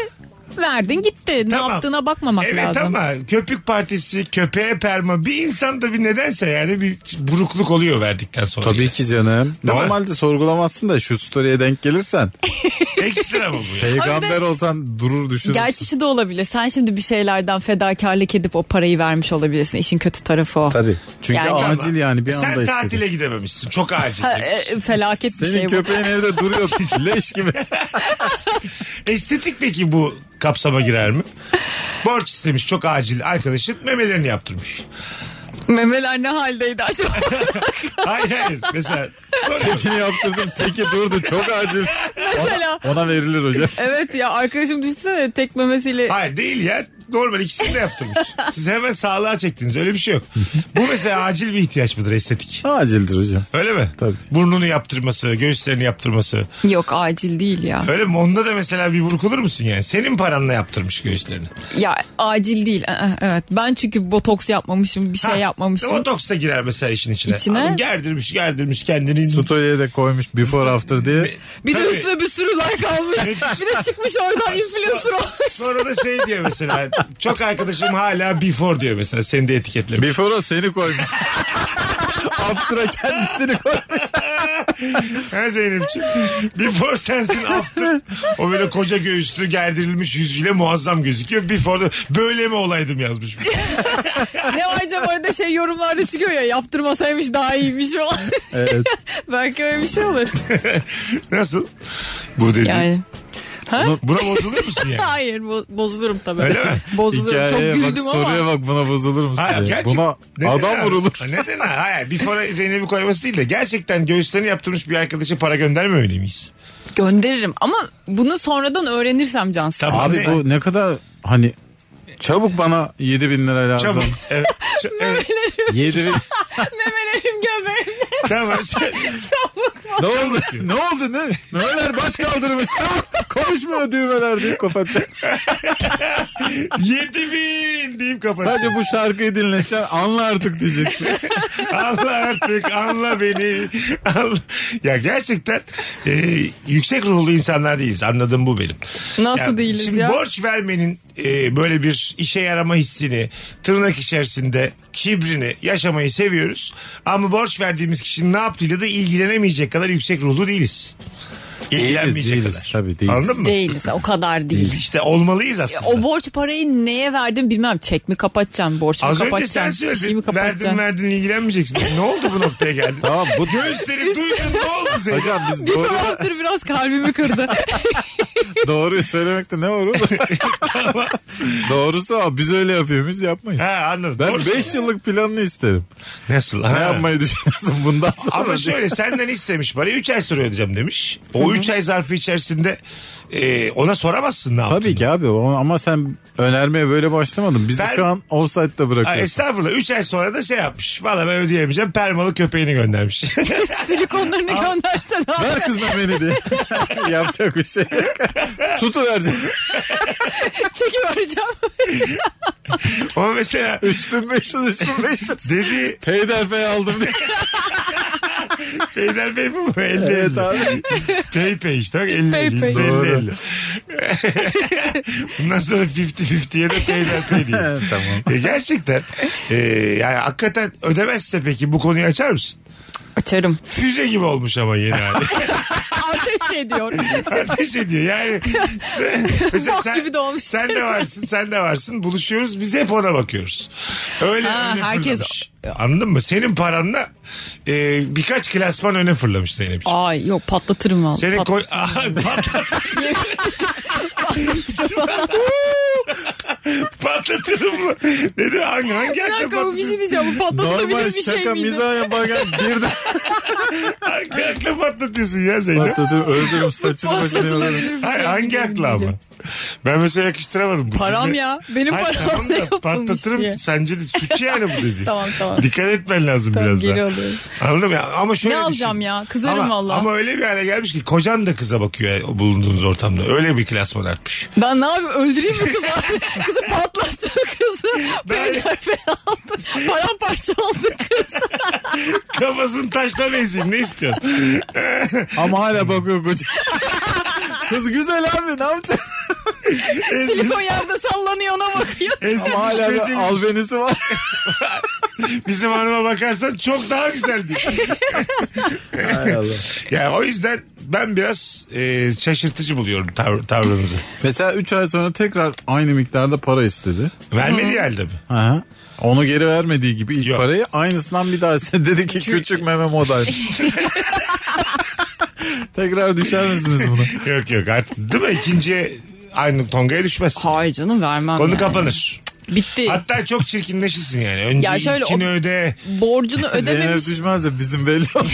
[SPEAKER 4] verdin gitti.
[SPEAKER 3] Tamam.
[SPEAKER 4] Ne yaptığına bakmamak
[SPEAKER 3] evet,
[SPEAKER 4] lazım.
[SPEAKER 3] ama köpük partisi, köpeğe perma bir insanda bir nedense yani bir burukluk oluyor verdikten sonra.
[SPEAKER 5] Tabii ki canım.
[SPEAKER 3] Değil mi?
[SPEAKER 5] Normalde sorgulamazsın da şu story'e denk gelirsen.
[SPEAKER 3] Ekstra mı bu? ya?
[SPEAKER 5] Peygamber olsan durur düşünürsün.
[SPEAKER 4] Gerçi şu da olabilir. Sen şimdi bir şeylerden fedakarlık edip o parayı vermiş olabilirsin. İşin kötü tarafı o.
[SPEAKER 5] Tabii. Çünkü
[SPEAKER 4] Yani-
[SPEAKER 5] acil yani bir
[SPEAKER 3] Sen
[SPEAKER 5] anda
[SPEAKER 3] tatile
[SPEAKER 5] istedi.
[SPEAKER 3] gidememişsin. Çok acil.
[SPEAKER 4] Ha, e, felaket bir
[SPEAKER 5] Senin
[SPEAKER 4] şey bu.
[SPEAKER 5] köpeğin evde duruyor leş gibi.
[SPEAKER 3] Estetik peki bu kapsama girer mi? Borç istemiş çok acil arkadaşın memelerini yaptırmış.
[SPEAKER 4] Memeler ne haldeydi acaba?
[SPEAKER 3] Hayır hayır mesela soruyorum.
[SPEAKER 5] Tekini yaptırdım teki durdu çok acil.
[SPEAKER 4] Mesela.
[SPEAKER 5] Ona verilir hocam.
[SPEAKER 4] Evet ya arkadaşım düşünsene tek memesiyle.
[SPEAKER 3] Hayır değil ya. Normal ikisini de yaptırmış. Siz hemen sağlığa çektiniz. Öyle bir şey yok. Bu mesela acil bir ihtiyaç mıdır estetik?
[SPEAKER 5] Acildir hocam.
[SPEAKER 3] Öyle mi?
[SPEAKER 5] Tabii.
[SPEAKER 3] Burnunu yaptırması, göğüslerini yaptırması.
[SPEAKER 4] Yok acil değil ya.
[SPEAKER 3] Öyle mi? Onda da mesela bir buruk olur musun yani? Senin paranla yaptırmış göğüslerini.
[SPEAKER 4] Ya acil değil. Ee, Evet ben çünkü botoks yapmamışım bir şey
[SPEAKER 3] Ha,
[SPEAKER 4] yapmamışım.
[SPEAKER 3] Botoks da girer mesela işin içine.
[SPEAKER 4] İçine?
[SPEAKER 3] Adam gerdirmiş gerdirmiş kendini.
[SPEAKER 5] Story'e de koymuş before after diye.
[SPEAKER 4] Bir de
[SPEAKER 3] Tabii.
[SPEAKER 4] üstüne bir sürü like almış. bir de çıkmış oradan influencer olmuş.
[SPEAKER 3] Sonra da şey diyor mesela çok arkadaşım hala before diyor mesela seni de etiketlemiş.
[SPEAKER 5] Before'a seni koymuş. After'a kendisini koymuş.
[SPEAKER 3] Ha Zeynep'ciğim before sensin after. O böyle koca göğüslü gerdirilmiş yüzüyle muazzam gözüküyor. Before'da böyle mi olaydım yazmış.
[SPEAKER 4] ne ayrıca bu arada şey yorumlarda çıkıyor ya yaptırmasaymış daha iyiymiş falan.
[SPEAKER 5] Evet.
[SPEAKER 4] Belki öyle bir şey olur.
[SPEAKER 3] Nasıl? Bu dedi.
[SPEAKER 4] Yani.
[SPEAKER 3] Buna bozulur musun yani?
[SPEAKER 4] Hayır bo- bozulurum tabii.
[SPEAKER 3] Öyle mi?
[SPEAKER 4] Bozulurum. Çok
[SPEAKER 5] bak,
[SPEAKER 4] güldüm ama.
[SPEAKER 5] soruya bak buna bozulur musun
[SPEAKER 3] Hayır,
[SPEAKER 5] diye.
[SPEAKER 3] gerçek-
[SPEAKER 5] Buna
[SPEAKER 3] Neden
[SPEAKER 5] adam
[SPEAKER 3] abi?
[SPEAKER 5] vurulur.
[SPEAKER 3] Neden ha? Hayır, before Zeynep'i koyması değil de gerçekten göğüslerini yaptırmış bir arkadaşa para göndermemeli miyiz?
[SPEAKER 4] Gönderirim ama bunu sonradan öğrenirsem Cansel.
[SPEAKER 3] Tabii.
[SPEAKER 5] Abi bu ne kadar hani çabuk bana 7 bin lira lazım.
[SPEAKER 3] Çabuk. Evet. Ç- evet.
[SPEAKER 5] 7 bin.
[SPEAKER 4] Memelerim göbeğimde
[SPEAKER 3] Tamam.
[SPEAKER 4] çabuk.
[SPEAKER 5] ne oldu? ne oldu ne? Neler baş kaldırmış. Çabuk. Konuşmuyor düğmeler diye kapatacak.
[SPEAKER 3] 7 bin deyip kapatacağım.
[SPEAKER 5] Sadece bu şarkıyı dinleteceksin. Anla artık diyeceksin.
[SPEAKER 3] Allah artık anla beni. Anla. Ya gerçekten e, yüksek ruhlu insanlar değiliz. Anladım bu benim.
[SPEAKER 4] Nasıl
[SPEAKER 3] Ya
[SPEAKER 4] değiliz
[SPEAKER 3] şimdi
[SPEAKER 4] ya?
[SPEAKER 3] borç vermenin e, böyle bir işe yarama hissini, tırnak içerisinde kibrini yaşamayı seviyoruz. Ama borç verdiğimiz kişinin ne yaptığıyla da ilgilenemeyecek kadar yüksek ruhlu değiliz. İlgilenmeyecek
[SPEAKER 5] değiliz.
[SPEAKER 3] kadar.
[SPEAKER 5] Tabii, değiliz.
[SPEAKER 3] Anladın mı?
[SPEAKER 4] Değiliz o kadar değil.
[SPEAKER 3] İşte olmalıyız aslında.
[SPEAKER 4] O borç parayı neye verdin bilmem. Çek mi kapatacaksın, borç mu
[SPEAKER 3] Az önce sen
[SPEAKER 4] kapatacaksın, bir şey mi
[SPEAKER 3] söyledin.
[SPEAKER 4] kapatacaksın?
[SPEAKER 3] verdin verdin ilgilenmeyeceksin. ne oldu bu noktaya geldin?
[SPEAKER 5] tamam bu
[SPEAKER 3] Göğüsleri duydun ne oldu senin?
[SPEAKER 5] Hocam biz
[SPEAKER 4] Bir
[SPEAKER 5] doğru,
[SPEAKER 4] saattir biraz kalbimi kırdı.
[SPEAKER 5] doğruyu söylemekte ne var oğlum? Doğrusu o. Biz öyle yapıyoruz yapmayız.
[SPEAKER 3] Ha anladım.
[SPEAKER 5] Ben
[SPEAKER 3] Doğrusu.
[SPEAKER 5] 5 yıllık planını isterim.
[SPEAKER 3] Nasıl?
[SPEAKER 5] Ne
[SPEAKER 3] Ha.
[SPEAKER 5] yapmayı düşünüyorsun bundan sonra?
[SPEAKER 3] Ama şöyle senden istemiş parayı 3 ay sonra ödeyeceğim demiş. O 3 ay zarfı içerisinde e, ona soramazsın ne yaptığını.
[SPEAKER 5] Tabii ki abi o- ama sen önermeye böyle başlamadın. Bizi
[SPEAKER 3] Ben-
[SPEAKER 5] şu an offside'da
[SPEAKER 3] Ha,
[SPEAKER 5] bırakıyorsun.
[SPEAKER 3] estağfurullah 3 ay sonra da şey yapmış. Valla ben ödeyemeyeceğim. Permalı köpeğini göndermiş.
[SPEAKER 4] Silikonlarını göndersen abi.
[SPEAKER 5] Ver kızma beni diye. Yapacak bir şey yok. Tutuvereceğim.
[SPEAKER 4] Çekivereceğim.
[SPEAKER 3] Ama mesela
[SPEAKER 5] 3500 3500.
[SPEAKER 3] dedi
[SPEAKER 5] Peyderpey aldım diye.
[SPEAKER 3] Beyler Bey bu mu? 50
[SPEAKER 5] Evet
[SPEAKER 3] 50.
[SPEAKER 5] abi.
[SPEAKER 3] Pay pay işte bak 50
[SPEAKER 4] Pay
[SPEAKER 3] 50.
[SPEAKER 4] pay.
[SPEAKER 5] Doğru.
[SPEAKER 3] 50 Bundan sonra 50-50'ye de peyler pay diye.
[SPEAKER 5] tamam.
[SPEAKER 3] E, gerçekten e, yani hakikaten ödemezse peki bu konuyu açar mısın?
[SPEAKER 4] Açarım.
[SPEAKER 3] Füze gibi olmuş ama yeni hali.
[SPEAKER 4] Ateş ediyor.
[SPEAKER 3] Ateş ediyor yani. Sen, mesela
[SPEAKER 4] Bok gibi de olmuş.
[SPEAKER 3] sen de varsın sen de varsın buluşuyoruz biz hep ona bakıyoruz. Öyle,
[SPEAKER 4] Ha,
[SPEAKER 3] öyle
[SPEAKER 4] herkes-
[SPEAKER 3] fırlamış. Anladın mı? Senin paranla e, birkaç klasman öne fırlamış Zeynep.
[SPEAKER 4] Ay yok patlatırım valla.
[SPEAKER 3] Seni koy...
[SPEAKER 4] Patlatırım.
[SPEAKER 3] Aha, patlat, patlatırım mı? Dedi hangi hangi
[SPEAKER 4] Bir
[SPEAKER 3] hakla
[SPEAKER 4] dakika bu bir şey
[SPEAKER 3] patlatıyorsun?
[SPEAKER 4] diyeceğim. Bu patlatılabilir
[SPEAKER 5] Normal
[SPEAKER 4] bir şey
[SPEAKER 5] şaka
[SPEAKER 4] miydi?
[SPEAKER 5] mizah yaparken birden
[SPEAKER 3] Hangi hakla patlatıyorsun ya Zeynep?
[SPEAKER 5] patlatırım öldürürüm saçını başını yolarım.
[SPEAKER 4] Patlatılabilir bir
[SPEAKER 3] Hayır,
[SPEAKER 4] şey
[SPEAKER 3] hangi
[SPEAKER 4] miydi?
[SPEAKER 3] hakla ama? Ben mesela yakıştıramadım. Bu
[SPEAKER 4] Param
[SPEAKER 3] cümle-
[SPEAKER 4] ya. Benim
[SPEAKER 3] Hayır,
[SPEAKER 4] param
[SPEAKER 3] tamam
[SPEAKER 4] ne
[SPEAKER 3] da
[SPEAKER 4] yapılmış
[SPEAKER 3] Patlatırım
[SPEAKER 4] diye.
[SPEAKER 3] sence de suç yani bu dedi.
[SPEAKER 4] Tamam, tamam.
[SPEAKER 3] Dikkat etmen lazım
[SPEAKER 4] Tamam,
[SPEAKER 3] biraz
[SPEAKER 4] geri
[SPEAKER 3] daha.
[SPEAKER 4] alıyorum.
[SPEAKER 3] Anladım ya ama şöyle
[SPEAKER 4] Ne
[SPEAKER 3] düşün.
[SPEAKER 4] alacağım ya? Kızarım
[SPEAKER 3] ama,
[SPEAKER 4] valla.
[SPEAKER 3] Ama öyle bir hale gelmiş ki kocan da kıza bakıyor ya, o bulunduğunuz ortamda. Öyle bir klasman artmış.
[SPEAKER 4] Ben ne yapayım öldüreyim mi kızı? kızı patlattı kızı. Peyderpey aldı. Paramparça aldı kız.
[SPEAKER 3] Kafasını taşla benzeyim ne istiyorsun?
[SPEAKER 5] Ama hala bakıyor koca. Kız güzel abi ne yapacaksın?
[SPEAKER 4] Silikon yerde sallanıyor ona bakıyor.
[SPEAKER 3] Ezilmiş,
[SPEAKER 5] Hala bir
[SPEAKER 3] ezilmiş.
[SPEAKER 5] albenisi var.
[SPEAKER 3] Bizim hanıma bakarsan çok daha güzeldi. Ya o yüzden ben biraz e, şaşırtıcı buluyorum tav- tavrınızı.
[SPEAKER 5] Mesela 3 ay sonra tekrar aynı miktarda para istedi.
[SPEAKER 3] Vermedi halde mi?
[SPEAKER 5] Aha. Onu geri vermediği gibi ilk
[SPEAKER 3] Yok.
[SPEAKER 5] parayı aynısından bir daha istedi. Dedi ki küçük meme modaymış. Tekrar düşer misiniz buna?
[SPEAKER 3] Yok yok artık değil mi? İkinci aynı tongaya düşmez.
[SPEAKER 4] Hayır canım vermem
[SPEAKER 3] Konu
[SPEAKER 4] yani.
[SPEAKER 3] kapanır.
[SPEAKER 4] Bitti.
[SPEAKER 3] Hatta çok çirkinleşirsin yani. Önce
[SPEAKER 4] Ya şöyle
[SPEAKER 3] ilkini
[SPEAKER 4] o-
[SPEAKER 3] öde.
[SPEAKER 4] Borcunu ödememiş.
[SPEAKER 5] Zeynep düşmez de bizim belli olmaz.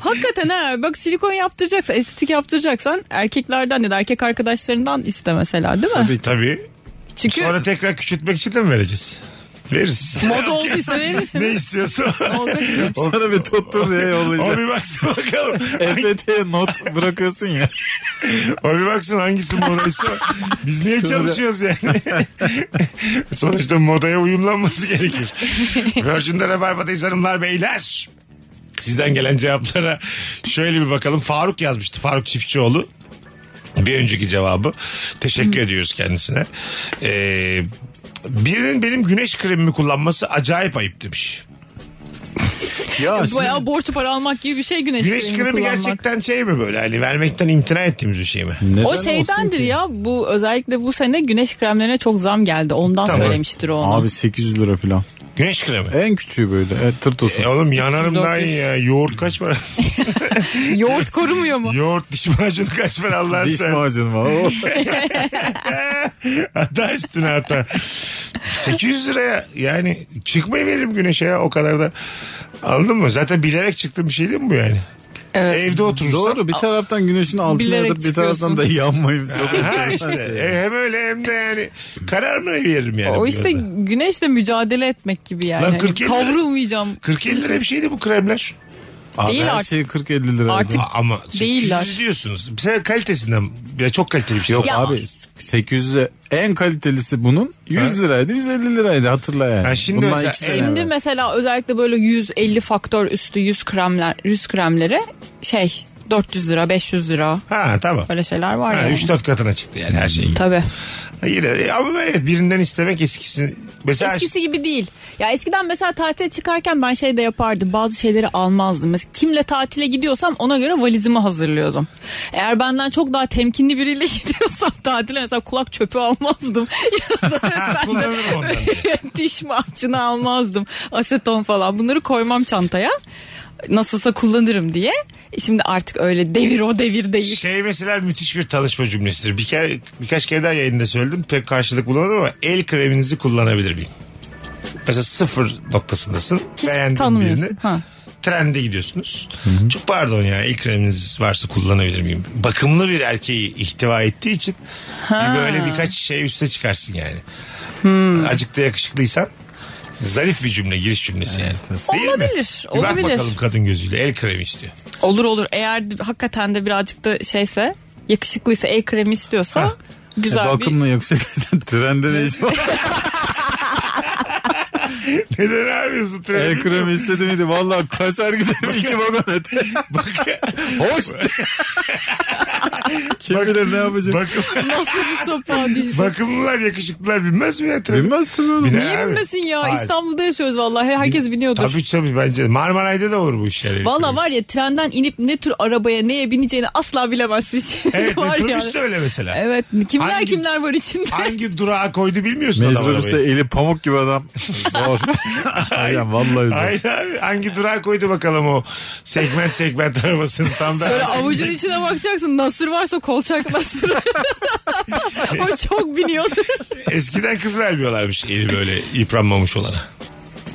[SPEAKER 4] Hakikaten ha bak silikon yaptıracaksan estetik yaptıracaksan erkeklerden ya da erkek arkadaşlarından iste mesela değil mi?
[SPEAKER 3] Tabii.
[SPEAKER 4] Çünkü
[SPEAKER 3] Sonra tekrar küçültmek için de mi vereceğiz? Veririz.
[SPEAKER 4] moda olduysa
[SPEAKER 3] ne
[SPEAKER 4] verirsin.
[SPEAKER 3] istiyorsun?
[SPEAKER 4] ne olacak şey. ki?
[SPEAKER 5] Sonra bir tuttur diye
[SPEAKER 3] o
[SPEAKER 5] yollayacak.
[SPEAKER 3] bir baksın bakalım.
[SPEAKER 5] E, EFT'ye not bırakıyorsun ya.
[SPEAKER 3] O bir baksın hangisi modaysa. Biz niye çalışıyoruz yani? Sonuçta modaya uyumlanması gerekir. Virgin'de Rabarba'dayız hanımlar beyler. Sizden gelen cevaplara şöyle bir bakalım. Faruk yazmıştı. Faruk Çiftçioğlu. Bir önceki cevabı. Teşekkür ediyoruz kendisine. Ee, birinin benim güneş kremimi kullanması acayip ayıp demiş.
[SPEAKER 5] Ya
[SPEAKER 4] Bayağı borç para almak gibi bir şey güneş,
[SPEAKER 3] Güneş
[SPEAKER 4] kremi
[SPEAKER 3] kremi
[SPEAKER 4] kullanmak.
[SPEAKER 3] gerçekten şey mi böyle? Hani vermekten imtina ettiğimiz bir şey mi?
[SPEAKER 4] O şeydendir ya bu özellikle bu sene güneş kremlerine çok zam geldi. Ondan
[SPEAKER 3] Tamam.
[SPEAKER 4] söylemiştir o onu.
[SPEAKER 5] Abi 800 lira falan.
[SPEAKER 3] Güneş kremi.
[SPEAKER 5] En küçüğü böyle. E, tırt olsun.
[SPEAKER 3] E oğlum yanarım
[SPEAKER 4] 300-400.
[SPEAKER 3] daha iyi ya. Yoğurt kaç para?
[SPEAKER 4] Yoğurt korumuyor mu?
[SPEAKER 3] Yoğurt diş macunu kaç para Allah'ın
[SPEAKER 5] Diş
[SPEAKER 3] sen.
[SPEAKER 5] macunu var. Oo.
[SPEAKER 3] Hata üstüne hata. 800 liraya yani çıkmayı veririm güneşe ya o kadar da. Anladın mı? Zaten bilerek çıktığım bir şey değil mi bu yani?
[SPEAKER 4] Evet.
[SPEAKER 3] Evde oturursam.
[SPEAKER 5] Doğru bir taraftan güneşin altına
[SPEAKER 4] Bilerek
[SPEAKER 5] yatıp bir taraftan
[SPEAKER 4] çıkıyorsun.
[SPEAKER 5] da yanmayayım. Çok
[SPEAKER 3] Ha
[SPEAKER 5] enteresan
[SPEAKER 3] işte.
[SPEAKER 5] şey.
[SPEAKER 3] E, hem öyle hem de yani kararını veririm yani.
[SPEAKER 4] O
[SPEAKER 3] bu
[SPEAKER 4] işte
[SPEAKER 3] yolda.
[SPEAKER 4] güneşle mücadele etmek gibi yani.
[SPEAKER 3] Lan
[SPEAKER 4] Hani
[SPEAKER 3] 47 lira.
[SPEAKER 4] Kavrulmayacağım.
[SPEAKER 3] 40-50 lira bir şeydi bu kremler.
[SPEAKER 5] Abi
[SPEAKER 4] Değil
[SPEAKER 5] her
[SPEAKER 4] artık.
[SPEAKER 5] şey 40-50 lira.
[SPEAKER 4] Artık-
[SPEAKER 3] Aa, ama 800
[SPEAKER 4] Değiller.
[SPEAKER 3] diyorsunuz. Mesela kalitesinden ya çok kaliteli bir şey.
[SPEAKER 5] Yok
[SPEAKER 4] Ya.
[SPEAKER 5] abi 800'e en kalitelisi bunun 100 liraydı 150 liraydı hatırla yani.
[SPEAKER 3] Ha, şimdi mesela-
[SPEAKER 5] ikisi
[SPEAKER 3] Evet.
[SPEAKER 4] Şimdi
[SPEAKER 5] beraber.
[SPEAKER 4] mesela özellikle böyle 150 faktör üstü 100 kremler, 100 kremleri şey 400 lira, 500 lira
[SPEAKER 3] Ha tamam.
[SPEAKER 4] böyle şeyler var
[SPEAKER 3] Ha,
[SPEAKER 4] ya.
[SPEAKER 3] 3-4 katına çıktı yani her şey.
[SPEAKER 4] Tabii.
[SPEAKER 3] Ha, Yine de- ama evet birinden istemek eskisi. Mesela
[SPEAKER 4] Eskisi gibi değil. Ya eskiden mesela tatile çıkarken ben şey de yapardım. Bazı şeyleri almazdım. Mesela kimle tatile gidiyorsam ona göre valizimi hazırlıyordum. Eğer benden çok daha temkinli biriyle gidiyorsam tatile mesela kulak çöpü almazdım. ya da
[SPEAKER 3] Ha, kullanırım ondan.
[SPEAKER 4] diş macunu almazdım. Aseton falan bunları koymam çantaya. Nasılsa kullanırım diye. E Şimdi artık öyle devir o devir değil.
[SPEAKER 3] Şey mesela müthiş bir tanışma cümlesidir. Bir kere, birkaç kere daha yayında söyledim. Pek karşılık bulamadım ama el kreminizi kullanabilir miyim? Mesela sıfır noktasındasın.
[SPEAKER 4] Hiç
[SPEAKER 3] Beğendin
[SPEAKER 4] tanımıyorsun.
[SPEAKER 3] birini.
[SPEAKER 4] Ha.
[SPEAKER 3] Trende gidiyorsunuz. Çok pardon ya el kreminiz varsa kullanabilir miyim? Bakımlı bir erkeği ihtiva ettiği için bir böyle birkaç şey üste çıkarsın yani. Acık da yakışıklıysan zarif bir cümle giriş cümlesi yani. Değil mi?
[SPEAKER 4] Olabilir,
[SPEAKER 3] Bir Bak
[SPEAKER 4] olabilir.
[SPEAKER 3] bakalım kadın gözüyle el kremi istiyor.
[SPEAKER 4] Olur olur eğer de- hakikaten de birazcık da şeyse yakışıklıysa el kremi istiyorsa
[SPEAKER 3] Ha.
[SPEAKER 5] E,
[SPEAKER 4] güzel bir...
[SPEAKER 5] Bakımla yoksa trende ne iş var?
[SPEAKER 3] Neden abi hızlı trene
[SPEAKER 5] El
[SPEAKER 3] biniyorsun?
[SPEAKER 5] kremi istedi miydi? Valla kaçar giderim iki vagon öte. Hoş. Kim bilir ne yapacak?
[SPEAKER 3] Bakın,
[SPEAKER 4] Nasıl bir sopa diyeceksin.
[SPEAKER 3] bakımlılar yakışıklılar binmez mi ya? trene?
[SPEAKER 5] Bilmez tabii oğlum.
[SPEAKER 3] Biner
[SPEAKER 4] Niye
[SPEAKER 3] abi.
[SPEAKER 4] bilmesin ya?
[SPEAKER 3] Hayır.
[SPEAKER 4] İstanbul'da yaşıyoruz vallahi. Herkes biniyordur.
[SPEAKER 3] Tabii tabii bence. Marmaray'da da olur bu işler.
[SPEAKER 4] Valla var ya trenden inip ne tür arabaya neye bineceğini asla bilemezsin. Şimdi
[SPEAKER 3] Evet
[SPEAKER 4] var
[SPEAKER 3] metrobüs
[SPEAKER 4] yani.
[SPEAKER 3] de öyle mesela.
[SPEAKER 4] Evet kimler
[SPEAKER 3] Hangi-
[SPEAKER 4] kimler var içinde.
[SPEAKER 3] Hangi durağa koydu bilmiyorsun adam
[SPEAKER 5] Metrobüste
[SPEAKER 3] arabayı.
[SPEAKER 5] eli pamuk gibi adam. Zor. Aynen vallahi zor.
[SPEAKER 3] Aynen abi. Hangi durağa koydu bakalım o segment segment arabasını tam da.
[SPEAKER 4] Böyle avucun içine bakacaksın. Nasır varsa kolçak nasır. o çok biniyordu.
[SPEAKER 3] Eskiden kız vermiyorlarmış eli böyle yıpranmamış olana.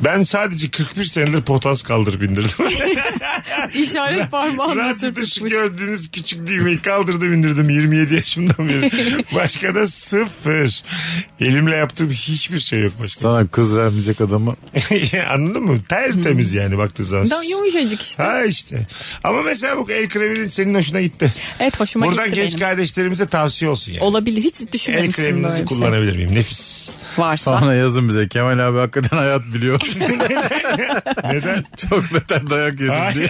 [SPEAKER 3] Ben sadece 41 senedir potans kaldır bindirdim.
[SPEAKER 4] İşaret parmağını
[SPEAKER 3] Radyoda şu
[SPEAKER 4] sürtükmüş.
[SPEAKER 3] gördüğünüz küçük düğmeyi kaldırdım indirdim 27 yaşımdan beri. Başka da sıfır. Elimle yaptığım hiçbir şey yok başka.
[SPEAKER 5] Sana kız vermeyecek adamı.
[SPEAKER 3] Anladın mı? Tertemiz yani baktığı zaman.
[SPEAKER 4] Hmm. Daha yumuşacık işte.
[SPEAKER 3] Ha işte. Ama mesela bu el kreminin senin hoşuna gitti.
[SPEAKER 4] Evet hoşuma
[SPEAKER 3] Buradan
[SPEAKER 4] gitti
[SPEAKER 3] genç
[SPEAKER 4] benim.
[SPEAKER 3] kardeşlerimize tavsiye olsun yani.
[SPEAKER 4] Olabilir. Hiç
[SPEAKER 3] El
[SPEAKER 4] düşünmemiştim böyle
[SPEAKER 3] kreminizi
[SPEAKER 4] bir şey.
[SPEAKER 3] kullanabilir miyim? Nefis.
[SPEAKER 4] Varsa.
[SPEAKER 5] Sonra yazın bize Kemal abi hakikaten hayat biliyor.
[SPEAKER 3] Neden?
[SPEAKER 5] Çok beter dayak yedim
[SPEAKER 3] Hayır,
[SPEAKER 5] diye.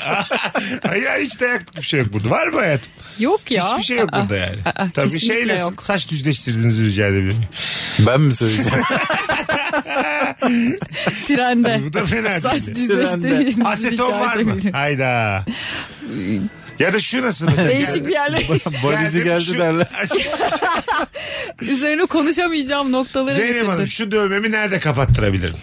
[SPEAKER 3] hayır hiç dayak bir şey yok burada. Var mı hayatım?
[SPEAKER 4] Yok ya.
[SPEAKER 3] Hiçbir şey yok
[SPEAKER 4] Aa,
[SPEAKER 3] burada yani.
[SPEAKER 4] aa,
[SPEAKER 3] Tabii
[SPEAKER 4] kesinlikle
[SPEAKER 3] şeyle
[SPEAKER 4] yok.
[SPEAKER 3] saç düzleştirdiğinizi rica edebilirim.
[SPEAKER 5] Ben mi söyleyeceğim?
[SPEAKER 4] Trende.
[SPEAKER 3] Bu da fena
[SPEAKER 4] Saç
[SPEAKER 3] değil.
[SPEAKER 4] düzleştireyim.
[SPEAKER 3] Aseton var mı? Hayda. Ya da şu nasıl mesela?
[SPEAKER 4] Değişik bir şey. yerler.
[SPEAKER 5] Valizi geldi
[SPEAKER 3] şu-
[SPEAKER 5] derler.
[SPEAKER 4] Üzerine konuşamayacağım noktaları
[SPEAKER 3] Zeynep Hanım
[SPEAKER 4] getirdim.
[SPEAKER 3] şu dövmemi nerede kapattırabilirim?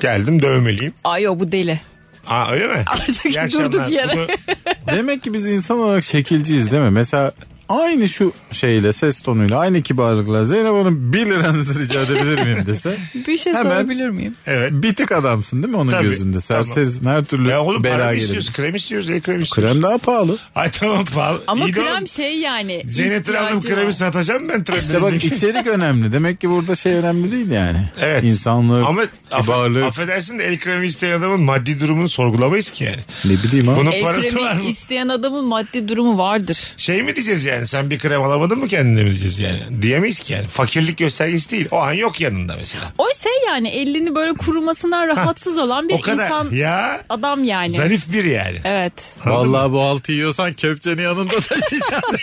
[SPEAKER 3] Geldim dövmeliyim.
[SPEAKER 4] Ay yok bu deli.
[SPEAKER 3] Aa öyle mi?
[SPEAKER 4] Artık
[SPEAKER 3] İyi akşamlar.
[SPEAKER 4] durduk yere.
[SPEAKER 3] Bu-
[SPEAKER 5] Demek ki biz insan olarak şekilciyiz değil mi? Mesela aynı şu şeyle ses tonuyla aynı kibarlıkla Zeynep Hanım 1 liranızı rica edebilir miyim dese.
[SPEAKER 4] Bir şey
[SPEAKER 5] Hemen-
[SPEAKER 4] sorabilir miyim?
[SPEAKER 3] Evet.
[SPEAKER 5] Bitik adamsın değil mi onun
[SPEAKER 3] Tabii,
[SPEAKER 5] gözünde?
[SPEAKER 3] tamam.
[SPEAKER 5] Serserisin her türlü
[SPEAKER 3] Ya oğlum para
[SPEAKER 5] bela
[SPEAKER 3] mı
[SPEAKER 5] gelir.
[SPEAKER 3] istiyoruz? Krem istiyoruz. El krem istiyoruz.
[SPEAKER 5] Krem daha pahalı.
[SPEAKER 3] Ay tamam pahalı.
[SPEAKER 4] Ama
[SPEAKER 3] İyi de
[SPEAKER 4] krem
[SPEAKER 3] oğlum,
[SPEAKER 4] şey yani.
[SPEAKER 3] Zeynep'ten aldım
[SPEAKER 4] ihtiyacı
[SPEAKER 3] kremi
[SPEAKER 4] var.
[SPEAKER 3] satacağım ben kremi.
[SPEAKER 5] İşte bak içerik önemli. Demek ki burada şey önemli değil yani.
[SPEAKER 3] Evet.
[SPEAKER 5] İnsanlık,
[SPEAKER 3] Ama aff-
[SPEAKER 5] kibarlık.
[SPEAKER 3] affedersin de el kremi isteyen adamın maddi durumunu sorgulamayız ki yani.
[SPEAKER 5] Ne bileyim ha.
[SPEAKER 3] Bunun
[SPEAKER 4] El
[SPEAKER 3] parası
[SPEAKER 4] kremi
[SPEAKER 3] var mı?
[SPEAKER 4] isteyen adamın maddi durumu vardır.
[SPEAKER 3] Şey mi diyeceğiz yani sen bir krem alamadın mı kendine mi diyeceğiz yani? Diyemeyiz ki yani. Fakirlik göstergesi değil. O an yok yanında mesela.
[SPEAKER 4] O şey yani elini böyle kurumasından rahatsız olan bir
[SPEAKER 3] o kadar.
[SPEAKER 4] insan
[SPEAKER 3] ya
[SPEAKER 4] adam yani.
[SPEAKER 3] zarif bir yani.
[SPEAKER 4] Evet.
[SPEAKER 5] Vallahi bu altı yiyorsan kepçeni yanında taşıyacaksın.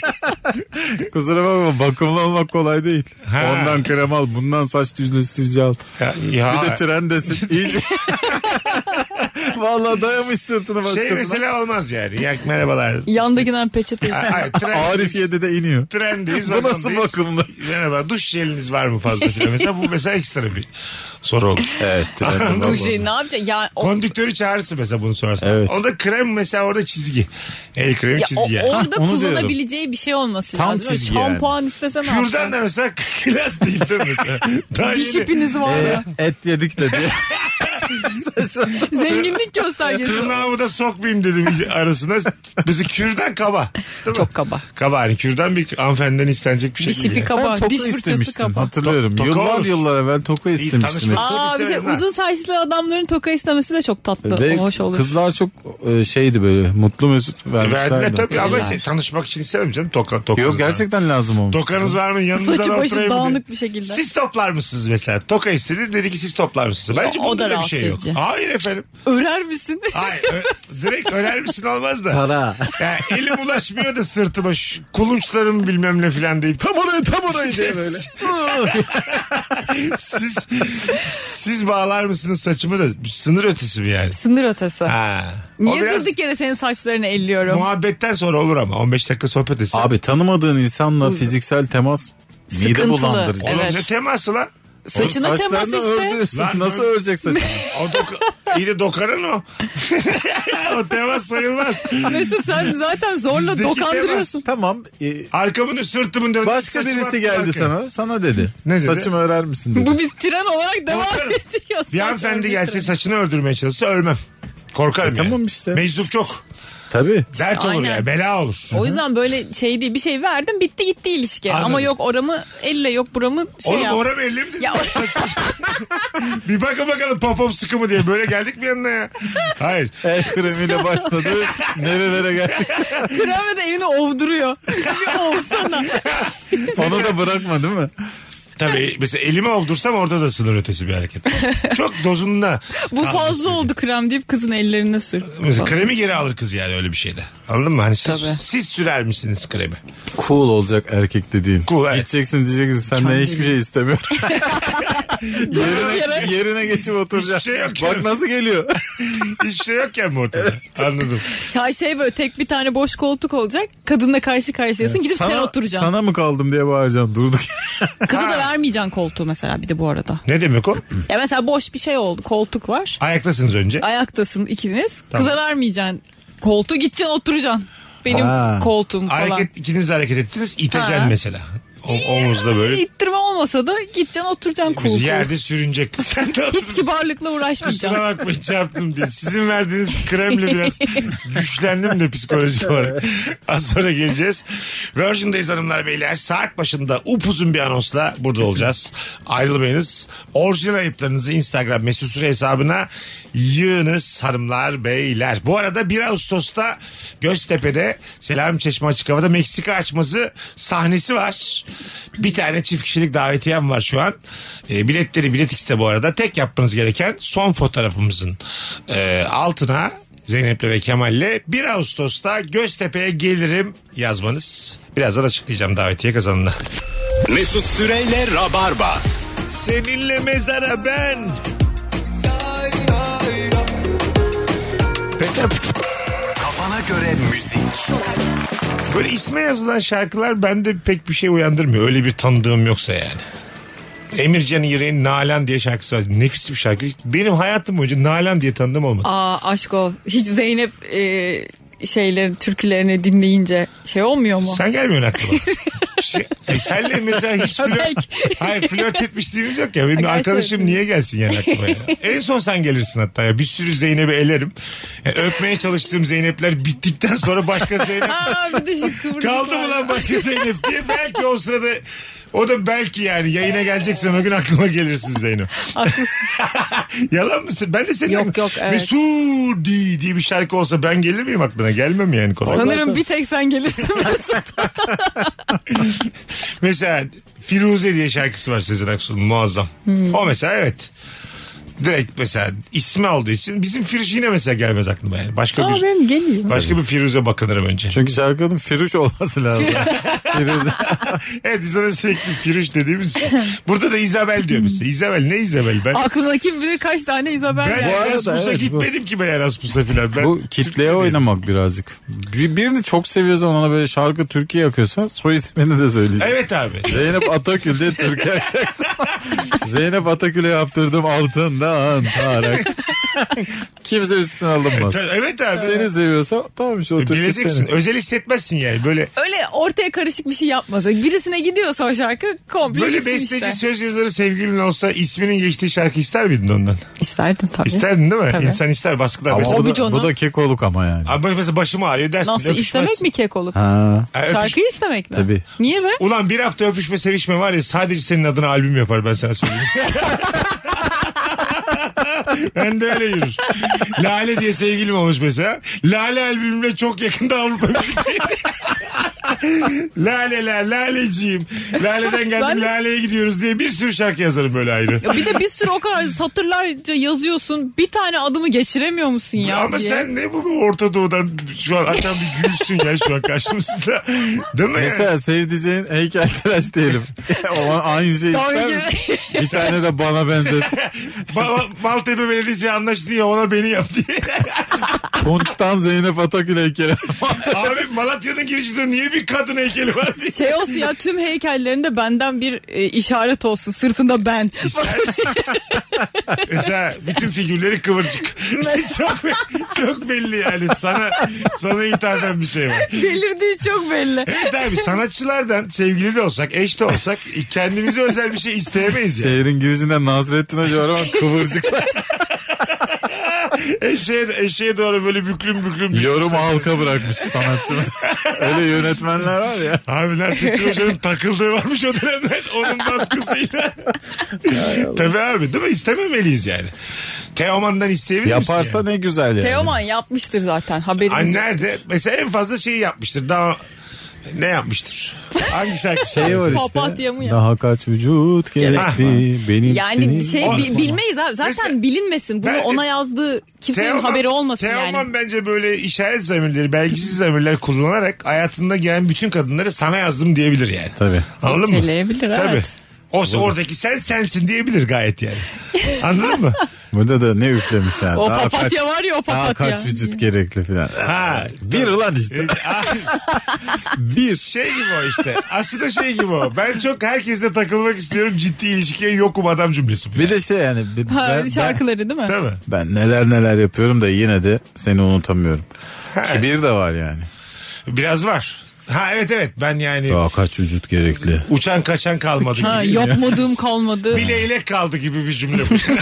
[SPEAKER 5] Kusura bakma bakımlı olmak kolay değil.
[SPEAKER 3] Ha.
[SPEAKER 5] Ondan krem al, bundan saç düzleştirici al.
[SPEAKER 3] Ya, ya.
[SPEAKER 5] Bir de trendesin. İyice. Vallahi dayamış sırtını başkasına.
[SPEAKER 3] Şey mesela olmaz yani. Ya, merhabalar.
[SPEAKER 4] Yandakinden peçete
[SPEAKER 3] Ay, ay, tren-
[SPEAKER 5] Arifiye'de de iniyor.
[SPEAKER 3] Trendeyiz.
[SPEAKER 5] Bu nasıl
[SPEAKER 3] vatandeyiz.
[SPEAKER 5] bakımlı?
[SPEAKER 3] Merhaba duş jeliniz var mı fazla filan. Mesela bu mesela ekstra bir soru olur.
[SPEAKER 5] Evet. trende
[SPEAKER 4] Bu
[SPEAKER 5] var.
[SPEAKER 4] şey ne yapacak? Ya, o,
[SPEAKER 3] Kondüktörü çağırırsın mesela bunu sonrasında.
[SPEAKER 5] Evet.
[SPEAKER 3] Onda krem mesela orada çizgi. El kremi
[SPEAKER 4] ya o-
[SPEAKER 3] çizgi yani.
[SPEAKER 4] orada
[SPEAKER 5] Hah, onu diyorum.
[SPEAKER 4] kullanabileceği bir şey olması
[SPEAKER 5] Tam
[SPEAKER 4] lazım. Böyle
[SPEAKER 5] çizgi yani.
[SPEAKER 4] Şampuan istesen
[SPEAKER 3] Kürdan da mesela klas değil değil mi mesela. Daha
[SPEAKER 4] Diş
[SPEAKER 3] yeni-
[SPEAKER 4] ipiniz var ya.
[SPEAKER 5] Et yedik de diye.
[SPEAKER 4] Zenginlik göstergesi.
[SPEAKER 3] Tırnağımı da sokmayayım dedim iyice arasına. Bizi kürdan kaba. Değil mi?
[SPEAKER 4] Çok kaba.
[SPEAKER 3] Kaba hani kürdan bir hanımefendiden istenecek bir şey
[SPEAKER 4] Diş
[SPEAKER 3] değil
[SPEAKER 4] ipi
[SPEAKER 3] yani.
[SPEAKER 5] Sen
[SPEAKER 4] kaba.
[SPEAKER 5] toka
[SPEAKER 4] Diş fırçası
[SPEAKER 5] istemiştin
[SPEAKER 4] kaba.
[SPEAKER 5] hatırlıyorum.
[SPEAKER 3] Toka
[SPEAKER 5] yıllar
[SPEAKER 3] olur.
[SPEAKER 5] yıllar evvel toka istemiştim.
[SPEAKER 3] tanışma-
[SPEAKER 4] Aa, bir şey,
[SPEAKER 3] İstemedim ha.
[SPEAKER 4] uzun saçlı adamların toka istemesi de çok tatlı.
[SPEAKER 5] Ve
[SPEAKER 4] hoş olur.
[SPEAKER 5] kızlar çok e, şeydi böyle mutlu mesut
[SPEAKER 3] E, Verdiler
[SPEAKER 5] vermişlerdi.
[SPEAKER 3] tabii ama şey, tanışmak için istemem canım. Toka, tokanız
[SPEAKER 5] Yok gerçekten lazım olmuş.
[SPEAKER 3] Var. Tokanız var mı? Yanınızda
[SPEAKER 4] Saçı
[SPEAKER 3] da
[SPEAKER 4] başı
[SPEAKER 3] oturayım diye.
[SPEAKER 4] dağınık bir şekilde.
[SPEAKER 3] Siz toplar mısınız mesela? Toka istedi dedi ki siz toplar mısınız?
[SPEAKER 4] Ya,
[SPEAKER 3] Bence
[SPEAKER 4] o
[SPEAKER 3] bunda
[SPEAKER 4] da
[SPEAKER 3] da bir şey yok.
[SPEAKER 4] rahatsız edici.
[SPEAKER 3] Hayır efendim.
[SPEAKER 4] Örer misin?
[SPEAKER 3] Hayır. ö- direkt öner misin olmaz da.
[SPEAKER 5] Tara.
[SPEAKER 3] Yani elim ulaşmıyor da sırtıma şu kulunçlarım bilmem ne filan deyip.
[SPEAKER 5] Tam oraya tam oraya diye böyle.
[SPEAKER 3] Siz, siz bağlar mısınız saçımı da sınır ötesi mi yani?
[SPEAKER 4] Sınır ötesi.
[SPEAKER 3] Ha. O
[SPEAKER 4] Niye
[SPEAKER 3] biraz
[SPEAKER 4] durduk yere senin saçlarını elliyorum?
[SPEAKER 3] Muhabbetten sonra olur ama 15 dakika sohbet etsin.
[SPEAKER 5] Abi tanımadığın insanla fiziksel temas mide
[SPEAKER 4] Sıkıntılı.
[SPEAKER 5] bulandırıcı.
[SPEAKER 3] Oğlum
[SPEAKER 4] evet.
[SPEAKER 3] ne teması lan?
[SPEAKER 4] Saçına temas
[SPEAKER 5] Saçlarını
[SPEAKER 4] işte.
[SPEAKER 5] ördün.
[SPEAKER 3] Lan
[SPEAKER 5] Nasıl
[SPEAKER 3] ördün.
[SPEAKER 5] örecek saçını?
[SPEAKER 3] O doka, iyi de dokaran o. o temas sayılmaz.
[SPEAKER 4] Mesut sen zaten zorla
[SPEAKER 3] Bizdeki şey
[SPEAKER 4] dokandırıyorsun.
[SPEAKER 5] tamam. e,
[SPEAKER 3] Arkamın sırtımın döndü.
[SPEAKER 5] başka
[SPEAKER 3] saçıma
[SPEAKER 5] birisi geldi
[SPEAKER 3] bakarken.
[SPEAKER 5] sana. Sana dedi.
[SPEAKER 3] Ne dedi?
[SPEAKER 5] Saçımı örer misin dedi.
[SPEAKER 4] Bu biz tren olarak devam
[SPEAKER 3] Korkarım.
[SPEAKER 4] ediyor.
[SPEAKER 3] Bir
[SPEAKER 4] Saç
[SPEAKER 3] hanımefendi
[SPEAKER 4] örgü
[SPEAKER 3] gelse
[SPEAKER 4] treni.
[SPEAKER 3] saçını öldürmeye çalışsa ölmem. Korkarım
[SPEAKER 5] E,
[SPEAKER 3] yani.
[SPEAKER 5] tamam işte.
[SPEAKER 3] Meczup çok.
[SPEAKER 5] Tabii.
[SPEAKER 3] Dert olur
[SPEAKER 4] Aynen.
[SPEAKER 3] ya. Bela olur.
[SPEAKER 4] O yüzden böyle şey değil bir şey verdim bitti gitti ilişki.
[SPEAKER 3] Anladım.
[SPEAKER 4] Ama yok oramı elle yok buramı şey
[SPEAKER 3] Oğlum
[SPEAKER 4] yap.
[SPEAKER 3] oram elli mi?
[SPEAKER 4] Ya-
[SPEAKER 3] bir bakın bakalım popom sıkı mı diye. Böyle geldik mi yanına ya? Hayır.
[SPEAKER 5] El kremiyle başladı. Nerelere geldik.
[SPEAKER 4] Kremle de elini ovduruyor. Bir ovsana.
[SPEAKER 5] Onu da bırakma değil mi?
[SPEAKER 3] Tabii mesela elimi ovdursam orada da sınır ötesi bir hareket. Çok dozunda.
[SPEAKER 4] Bu
[SPEAKER 3] Tamam,
[SPEAKER 4] fazla oldu krem deyip kızın ellerine sür.
[SPEAKER 3] Mesela kremi geri alır kız yani öyle bir şeyde. Anladın mı? Hani siz,
[SPEAKER 4] Tabii.
[SPEAKER 3] siz sürer misiniz kremi?
[SPEAKER 5] Cool olacak erkek dediğin.
[SPEAKER 3] Cool, evet.
[SPEAKER 5] Gideceksin diyeceksin senden hiçbir şey istemiyorum. yerine, yerine geçip oturacaksın.
[SPEAKER 3] Hiçbir şey yok
[SPEAKER 5] Bak
[SPEAKER 3] canım.
[SPEAKER 5] nasıl geliyor.
[SPEAKER 3] Hiçbir şey yok ya bu ortada. Anladım.
[SPEAKER 4] Ya şey böyle tek bir tane boş koltuk olacak. Kadınla karşı karşıyasın gidip sen oturacaksın.
[SPEAKER 5] Sana mı kaldım diye bağıracaksın durduk.
[SPEAKER 4] Kıza da vermeyeceksin koltuğu mesela bir de bu arada.
[SPEAKER 3] Ne demek o?
[SPEAKER 4] Ya mesela boş bir şey oldu koltuk var.
[SPEAKER 3] Ayaktasınız önce.
[SPEAKER 4] Ayaktasın ikiniz.
[SPEAKER 3] Tamam.
[SPEAKER 4] Kıza vermeyeceksin koltuğu gideceksin oturacaksın. Benim
[SPEAKER 5] Ha.
[SPEAKER 4] koltuğum falan.
[SPEAKER 3] Hareket, ikiniz de hareket ettiniz. İteceksin
[SPEAKER 4] Ha.
[SPEAKER 3] mesela. O, omuzda böyle.
[SPEAKER 4] İttirme olmasa da gideceksin oturacaksın cool
[SPEAKER 3] Biz
[SPEAKER 4] cool.
[SPEAKER 3] yerde sürünecek. Sen de
[SPEAKER 4] Hiç kibarlıkla
[SPEAKER 3] Kusura
[SPEAKER 4] uğraşmayacaksın.
[SPEAKER 3] bakmayın çarptım diye. Sizin verdiğiniz kremle biraz güçlendim de psikolojik olarak. Az sonra geleceğiz. Virgin'dayız hanımlar beyler. Saat başında upuzun bir anonsla burada olacağız. Ayrılmayınız. Orijinal ayıplarınızı Instagram mesut süre hesabına yığınız hanımlar beyler. Bu arada 1 Ağustos'ta Göztepe'de Selami Çeşme Açık Hava'da Meksika açması sahnesi var. Bir tane çift kişilik davetiyem var şu an. E, biletleri Bilet X'te bu arada. Tek yapmanız gereken son fotoğrafımızın e, altına Zeynep'le ve Kemal'le 1 Ağustos'ta Göztepe'ye gelirim yazmanız. Birazdan açıklayacağım davetiye kazanını.
[SPEAKER 2] Mesut Süreyle Rabarba.
[SPEAKER 3] Seninle mezara ben. Mesela
[SPEAKER 2] Kafana göre müzik.
[SPEAKER 3] böyle isme yazılan şarkılar bende pek bir şey uyandırmıyor. Öyle bir tanıdığım yoksa yani. Emircan İğrek'in Nalan diye şarkısı var. Nefis bir şarkı. Hiç- Benim hayatım boyunca Nalan diye tanıdığım olmadı.
[SPEAKER 4] Aa aşk o. Hiç Zeynep e, şeylerin türkülerini dinleyince şey olmuyor mu?
[SPEAKER 3] Sen gelmiyorsun aklıma. şey, e, senle mesela hiç flört,
[SPEAKER 4] Belki.
[SPEAKER 3] hayır, flört etmişliğimiz yok ya. Benim
[SPEAKER 4] Ha,
[SPEAKER 3] arkadaşım
[SPEAKER 4] gerçekten.
[SPEAKER 3] niye gelsin yani aklıma ya? En son sen gelirsin hatta ya. Bir sürü Zeynep'i elerim. E, öpmeye çalıştığım Zeynep'ler bittikten sonra başka Zeynep
[SPEAKER 4] Aa bir de şu kıvırcık
[SPEAKER 3] Kaldı
[SPEAKER 4] var.
[SPEAKER 3] mı lan başka Zeynep diye. Belki o sırada o da belki yani yayına geleceksen o gün aklıma gelirsin Zeynep.
[SPEAKER 4] Haklısın.
[SPEAKER 3] Yalan mısın? Ben de senin
[SPEAKER 4] Yok, yok, evet.
[SPEAKER 3] Mesudi diye bir şarkı olsa ben gelir miyim aklına? Gelmem yani kolay.
[SPEAKER 4] Sanırım bir tek sen gelirsin Mesut.
[SPEAKER 3] Mesela Firuze diye şarkısı var Sezen Aksu'nun muazzam.
[SPEAKER 4] Hmm.
[SPEAKER 3] O mesela evet. Direkt mesela ismi olduğu için bizim Firuze yine mesela gelmez aklıma yani. Başka
[SPEAKER 4] Aa
[SPEAKER 3] bir
[SPEAKER 4] benim geliyor.
[SPEAKER 3] başka bir Firuze bakınırım önce.
[SPEAKER 5] Çünkü şarkının Firuş olması lazım. Firuze.
[SPEAKER 3] Evet biz ona sürekli Firuze dediğimiz için. Burada da İzabel diyor mesela. İzabel ne İzabel ben?
[SPEAKER 4] Aklına kim bilir kaç tane Isabel
[SPEAKER 3] Ben
[SPEAKER 4] geldi.
[SPEAKER 5] Bu arada
[SPEAKER 3] Erasmus'a
[SPEAKER 5] evet, bu-
[SPEAKER 3] gitmedim ki ben Erasmus'a filan. Ben
[SPEAKER 5] Bu kitleye
[SPEAKER 3] Türkiye'deyim.
[SPEAKER 5] oynamak birazcık. Bir, birini çok seviyorsan ona böyle şarkı Türkiye yakıyorsa soy ismini de söyleyeceksin.
[SPEAKER 3] Evet abi.
[SPEAKER 5] Zeynep Atakül diye Türkiye yakacaksın. Zeynep Atakül'e yaptırdım altından tarak. Kimse üstüne alınmaz.
[SPEAKER 3] Evet abi.
[SPEAKER 5] Seni seviyorsa tamam işte o Türkiye
[SPEAKER 3] Bileceksin.
[SPEAKER 5] senin.
[SPEAKER 3] Özel hissetmezsin yani. Böyle
[SPEAKER 4] Öyle ortaya karışık bir şey yapmaz. Birisine gidiyorsa o şarkı komple
[SPEAKER 3] böyle
[SPEAKER 4] gitsin
[SPEAKER 3] besteci
[SPEAKER 4] işte.
[SPEAKER 3] söz yazarı sevgilin olsa isminin geçtiği şarkı ister miydin ondan?
[SPEAKER 4] İsterdim tabii.
[SPEAKER 3] İsterdin değil mi?
[SPEAKER 4] Tabii.
[SPEAKER 3] İnsan ister baskılar.
[SPEAKER 5] Ama
[SPEAKER 3] Mesela,
[SPEAKER 5] bu da,
[SPEAKER 4] Abucona.
[SPEAKER 5] bu da kekoluk ama yani.
[SPEAKER 3] şey abi mesela başımı ağrıyor dersin.
[SPEAKER 4] Nasıl
[SPEAKER 3] öpüşmez.
[SPEAKER 4] istemek mi kekoluk?
[SPEAKER 5] Ha.
[SPEAKER 3] Ha, öpüş-
[SPEAKER 4] Şarkıyı istemek mi?
[SPEAKER 5] Tabii.
[SPEAKER 4] Niye be?
[SPEAKER 3] Ulan bir hafta öpüşme sevişme var ya sadece senin adına albüm yapar ben sana söyleyeyim. ben de öyle yürür. Lale diye sevgilim olmuş mesela. Lale albümüne çok yakında Avrupa müziği. Laleler, laleciyim. Laleden geldim,
[SPEAKER 4] Ben de-
[SPEAKER 3] laleye gidiyoruz diye bir sürü şarkı yazarım böyle ayrı.
[SPEAKER 4] Ya bir de bir sürü o kadar satırlarca yazıyorsun. Bir tane adımı geçiremiyor musun ya?
[SPEAKER 3] Ama
[SPEAKER 4] diye.
[SPEAKER 3] sen ne bu Orta Doğu'dan şu an açan bir gülsün ya şu an karşımızda. Değil mi?
[SPEAKER 5] Mesela sevdiceğin heykeltıraş diyelim. o aynı şey
[SPEAKER 4] Tabii
[SPEAKER 5] ister
[SPEAKER 4] ki.
[SPEAKER 5] misin? Bir tane de bana benzet.
[SPEAKER 3] Ba- Maltepe Belediyesi anlaştı ya ona beni yap diye.
[SPEAKER 5] Konçtan Zeynep Atakül heykeli.
[SPEAKER 3] Abi Malatya'nın girişinde niye bir kadın heykeli var diye.
[SPEAKER 4] Şey olsun ya tüm heykellerinde benden bir e, işaret olsun. Sırtında ben.
[SPEAKER 3] Mesela bütün figürleri kıvırcık. çok, be- çok belli yani sana sana ithafen bir şey var.
[SPEAKER 4] Delirdiği çok belli.
[SPEAKER 3] Evet abi sanatçılardan sevgili de olsak eş de olsak kendimize özel bir şey isteyemeyiz ya.
[SPEAKER 5] Şehrin girişinde Nazrettin Hoca var ama kıvırcık saç.
[SPEAKER 3] Eşeğe, eşeğe doğru böyle büklüm büklüm. büklüm.
[SPEAKER 5] Yorum halka bırakmış sanatçımız. Öyle yönetmenler var ya.
[SPEAKER 3] Abi Nasrettin Hoca'nın takıldığı varmış o dönemler. Onun baskısıyla. Tabii abi değil mi? İstememeliyiz yani. Teoman'dan isteyebilir misin?
[SPEAKER 5] Yaparsa
[SPEAKER 3] yani?
[SPEAKER 5] ne güzel yani.
[SPEAKER 4] Teoman yapmıştır zaten haberimiz
[SPEAKER 3] Ay
[SPEAKER 4] yok.
[SPEAKER 3] nerede? Mesela en fazla şeyi yapmıştır. Daha ne yapmıştır? Hangi şarkı?
[SPEAKER 5] Şey var işte.
[SPEAKER 4] Papatya mı ya?
[SPEAKER 5] Daha kaç vücut gerekti benim
[SPEAKER 4] Yani
[SPEAKER 5] senin-
[SPEAKER 4] şey
[SPEAKER 5] Aa,
[SPEAKER 4] bi- bilmeyiz abi. Zaten
[SPEAKER 3] Mesela-
[SPEAKER 4] bilinmesin. Bunu
[SPEAKER 3] Bence-
[SPEAKER 4] ona yazdığı kimsenin haberi olmasın
[SPEAKER 3] Teoman
[SPEAKER 4] yani.
[SPEAKER 3] bence böyle işaret zamirleri, belgisiz zamirler kullanarak hayatında gelen bütün kadınları sana yazdım diyebilir yani.
[SPEAKER 5] Tabii.
[SPEAKER 3] Anladın mı?
[SPEAKER 4] Niteleyebilir,
[SPEAKER 3] Tabii.
[SPEAKER 4] evet.
[SPEAKER 3] O oradaki sen sensin diyebilir gayet yani. Anladın mı?
[SPEAKER 5] Burada da ne üflemiş yani.
[SPEAKER 4] O
[SPEAKER 5] Daha kaç-
[SPEAKER 4] papatya var ya o
[SPEAKER 5] Daha
[SPEAKER 4] papatya.
[SPEAKER 5] kaç vücut gerekli filan.
[SPEAKER 3] Ha. e,
[SPEAKER 5] Bir lan işte. Bir.
[SPEAKER 3] şey gibi o işte. Aslında şey gibi o. Ben çok herkesle takılmak istiyorum. Ciddi ilişkiye yokum adam cümlesi. bu
[SPEAKER 5] Bir
[SPEAKER 3] yani.
[SPEAKER 5] de şey yani. bi-
[SPEAKER 4] Ha,
[SPEAKER 5] ben- ben-
[SPEAKER 4] şarkıları değil mi?
[SPEAKER 3] Değil mi?
[SPEAKER 5] Ben neler neler yapıyorum da yine de seni unutamıyorum. Kibir de var yani.
[SPEAKER 3] Biraz var. Ha evet evet. Ben yani
[SPEAKER 5] Daha kaç vücut gerekli.
[SPEAKER 3] uçan kaçan kalmadı
[SPEAKER 4] Ha,
[SPEAKER 3] gibi.
[SPEAKER 4] yapmadığım kalmadı.
[SPEAKER 3] Bileyle kaldı gibi bir cümle bu.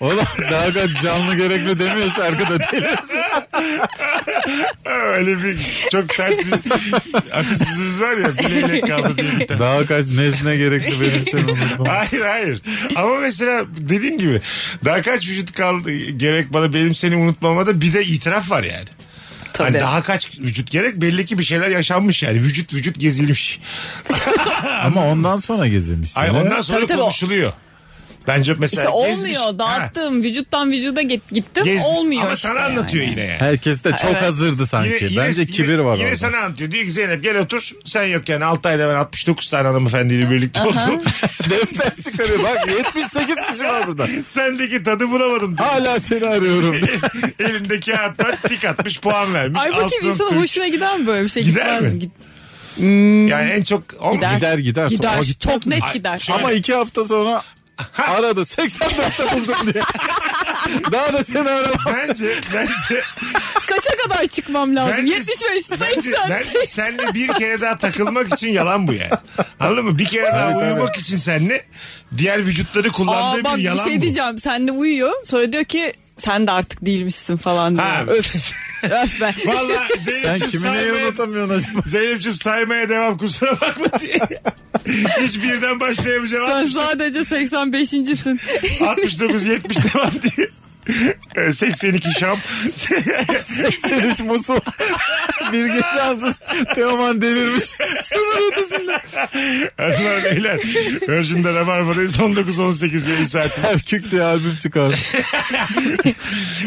[SPEAKER 5] Oğlum daha kaç canlı gerekli demiyor şarkıda değil.
[SPEAKER 3] Öyle bir çok sert bir atasözümüz var ya bileyle kaldı diye bir tane.
[SPEAKER 5] Daha kaç nesne gerekli benim seni unutmam.
[SPEAKER 3] Hayır hayır. Ama mesela dediğim gibi daha kaç vücut kaldı gerek bana benim seni unutmamada bir de itiraf var yani.
[SPEAKER 4] Tabii.
[SPEAKER 3] Hani daha kaç vücut gerek belli ki bir şeyler yaşanmış yani. Vücut vücut gezilmiş.
[SPEAKER 5] Ama ondan sonra gezilmiş.
[SPEAKER 3] Ay
[SPEAKER 5] sene.
[SPEAKER 3] ondan sonra
[SPEAKER 4] Tabii, tabii.
[SPEAKER 3] konuşuluyor. Bence mesela
[SPEAKER 4] İşte
[SPEAKER 3] gezmiş. Ha,
[SPEAKER 4] olmuyor. Dağıttım. Vücuttan vücuda git- gittim.
[SPEAKER 3] gez-
[SPEAKER 4] Olmuyor
[SPEAKER 3] Ama
[SPEAKER 4] işte
[SPEAKER 3] sana
[SPEAKER 4] yani.
[SPEAKER 3] anlatıyor yine yani.
[SPEAKER 5] Herkes de çok
[SPEAKER 4] Evet.
[SPEAKER 5] hazırdı sanki.
[SPEAKER 3] Yine- yine-
[SPEAKER 5] Bence
[SPEAKER 3] yine-
[SPEAKER 5] kibir var
[SPEAKER 3] Yine
[SPEAKER 5] orada.
[SPEAKER 3] sana anlatıyor. Diyor ki Zeynep gel otur. Sen yokken 6 ayda ben 69 tane hanımefendiyle birlikte oldum.
[SPEAKER 5] Defter çıkarıyor. Bak 78 kişi var burada.
[SPEAKER 3] Sendeki tadı bulamadım. diyor.
[SPEAKER 5] Hala seni arıyorum.
[SPEAKER 3] Elindeki kağıttan tik atmış puan vermiş.
[SPEAKER 4] Ay bakayım
[SPEAKER 3] Altın
[SPEAKER 4] insanın
[SPEAKER 3] Türk.
[SPEAKER 4] hoşuna gider mi böyle bir şey?
[SPEAKER 3] Gider
[SPEAKER 4] Gitmez
[SPEAKER 3] mi?
[SPEAKER 4] Git-
[SPEAKER 3] Yani en çok... O-
[SPEAKER 4] Gider.
[SPEAKER 5] gider gider.
[SPEAKER 4] Gider.
[SPEAKER 5] O gitmez
[SPEAKER 4] Çok
[SPEAKER 5] mi?
[SPEAKER 4] net
[SPEAKER 3] Ay, şey-
[SPEAKER 4] gider.
[SPEAKER 3] şöyle-
[SPEAKER 5] Ama iki hafta sonra aradı. 84'te buldum diye. Daha da seni aramam.
[SPEAKER 3] Bence, bence,
[SPEAKER 4] Kaça kadar çıkmam lazım?
[SPEAKER 3] bence,
[SPEAKER 4] 75, 80,
[SPEAKER 3] bence, bence
[SPEAKER 4] 80.
[SPEAKER 3] senle bir kere daha takılmak için yalan bu yani. Anladın mı? Bir kere daha
[SPEAKER 5] Evet,
[SPEAKER 3] uyumak için senle diğer vücutları
[SPEAKER 4] Aa
[SPEAKER 3] kullandığı
[SPEAKER 4] bak
[SPEAKER 3] bir
[SPEAKER 4] bir
[SPEAKER 3] yalan
[SPEAKER 4] şey
[SPEAKER 3] bu.
[SPEAKER 4] diyeceğim. Sen de uyuyor. Sonra diyor ki sen de artık değilmişsin falan diyor.
[SPEAKER 3] Ha.
[SPEAKER 4] Öf. Öf be.
[SPEAKER 3] Valla
[SPEAKER 5] Sen
[SPEAKER 3] Zeynep'ciğim
[SPEAKER 5] kimi neyi
[SPEAKER 3] saymaya,
[SPEAKER 5] unutamıyorsun acaba?
[SPEAKER 3] Zeynep'ciğim saymaya devam kusura bakma diye. Hiç birden başlayamayacağım.
[SPEAKER 4] Sen
[SPEAKER 3] 60,
[SPEAKER 4] sadece 85.sin.
[SPEAKER 3] 69, 70 devam diye. Ee, 82 şam.
[SPEAKER 5] 83 musul. bir gece ansız Teoman delirmiş. Sınır ötesinde.
[SPEAKER 3] Hanımlar beyler. Virgin'de Rabarba'dayız 19-18 yayın saati.
[SPEAKER 5] Erkük diye albüm çıkarmış.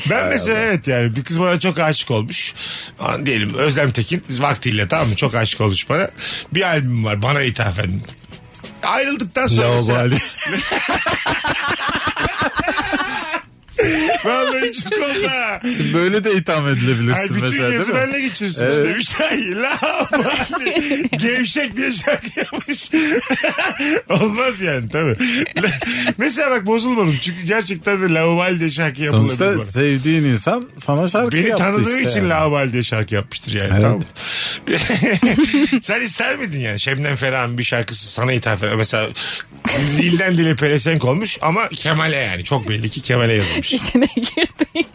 [SPEAKER 3] Ben mesela evet yani bir kız bana çok aşık olmuş. An- Diyelim Özlem Tekin vaktiyle tamam mı çok aşık olmuş bana. Bir albüm var bana ithafen. Ayrıldıktan sonra mesela-
[SPEAKER 5] Lavabali.
[SPEAKER 3] Vallahi hiç kola.
[SPEAKER 5] Şimdi böyle de itham edilebilirsin
[SPEAKER 3] Ay, bütün
[SPEAKER 5] mesela değil
[SPEAKER 3] gezi
[SPEAKER 5] mi?
[SPEAKER 3] benle geçirsin
[SPEAKER 5] Evet.
[SPEAKER 3] işte. Bir şey lavabali. Gevşek diye şarkı yapmış. Olmaz yani tabii. mesela bak bozulmadım. Çünkü gerçekten de lavabali diye şarkı yapılabilir.
[SPEAKER 5] Sonuçta
[SPEAKER 3] bana.
[SPEAKER 5] sevdiğin insan sana şarkı
[SPEAKER 3] Beni
[SPEAKER 5] yaptı
[SPEAKER 3] tanıdığı
[SPEAKER 5] işte
[SPEAKER 3] için
[SPEAKER 5] yani.
[SPEAKER 3] Laval diye şarkı yapmıştır yani.
[SPEAKER 5] Evet.
[SPEAKER 3] Tamam. mı? Sen ister miydin yani? Şebnem Ferah'ın bir şarkısı sana ithaf eder. Mesela dilden dile pelesenk olmuş ama Kemal'e yani. Çok belli ki Kemal'e yazılmış.
[SPEAKER 4] İçine girdik.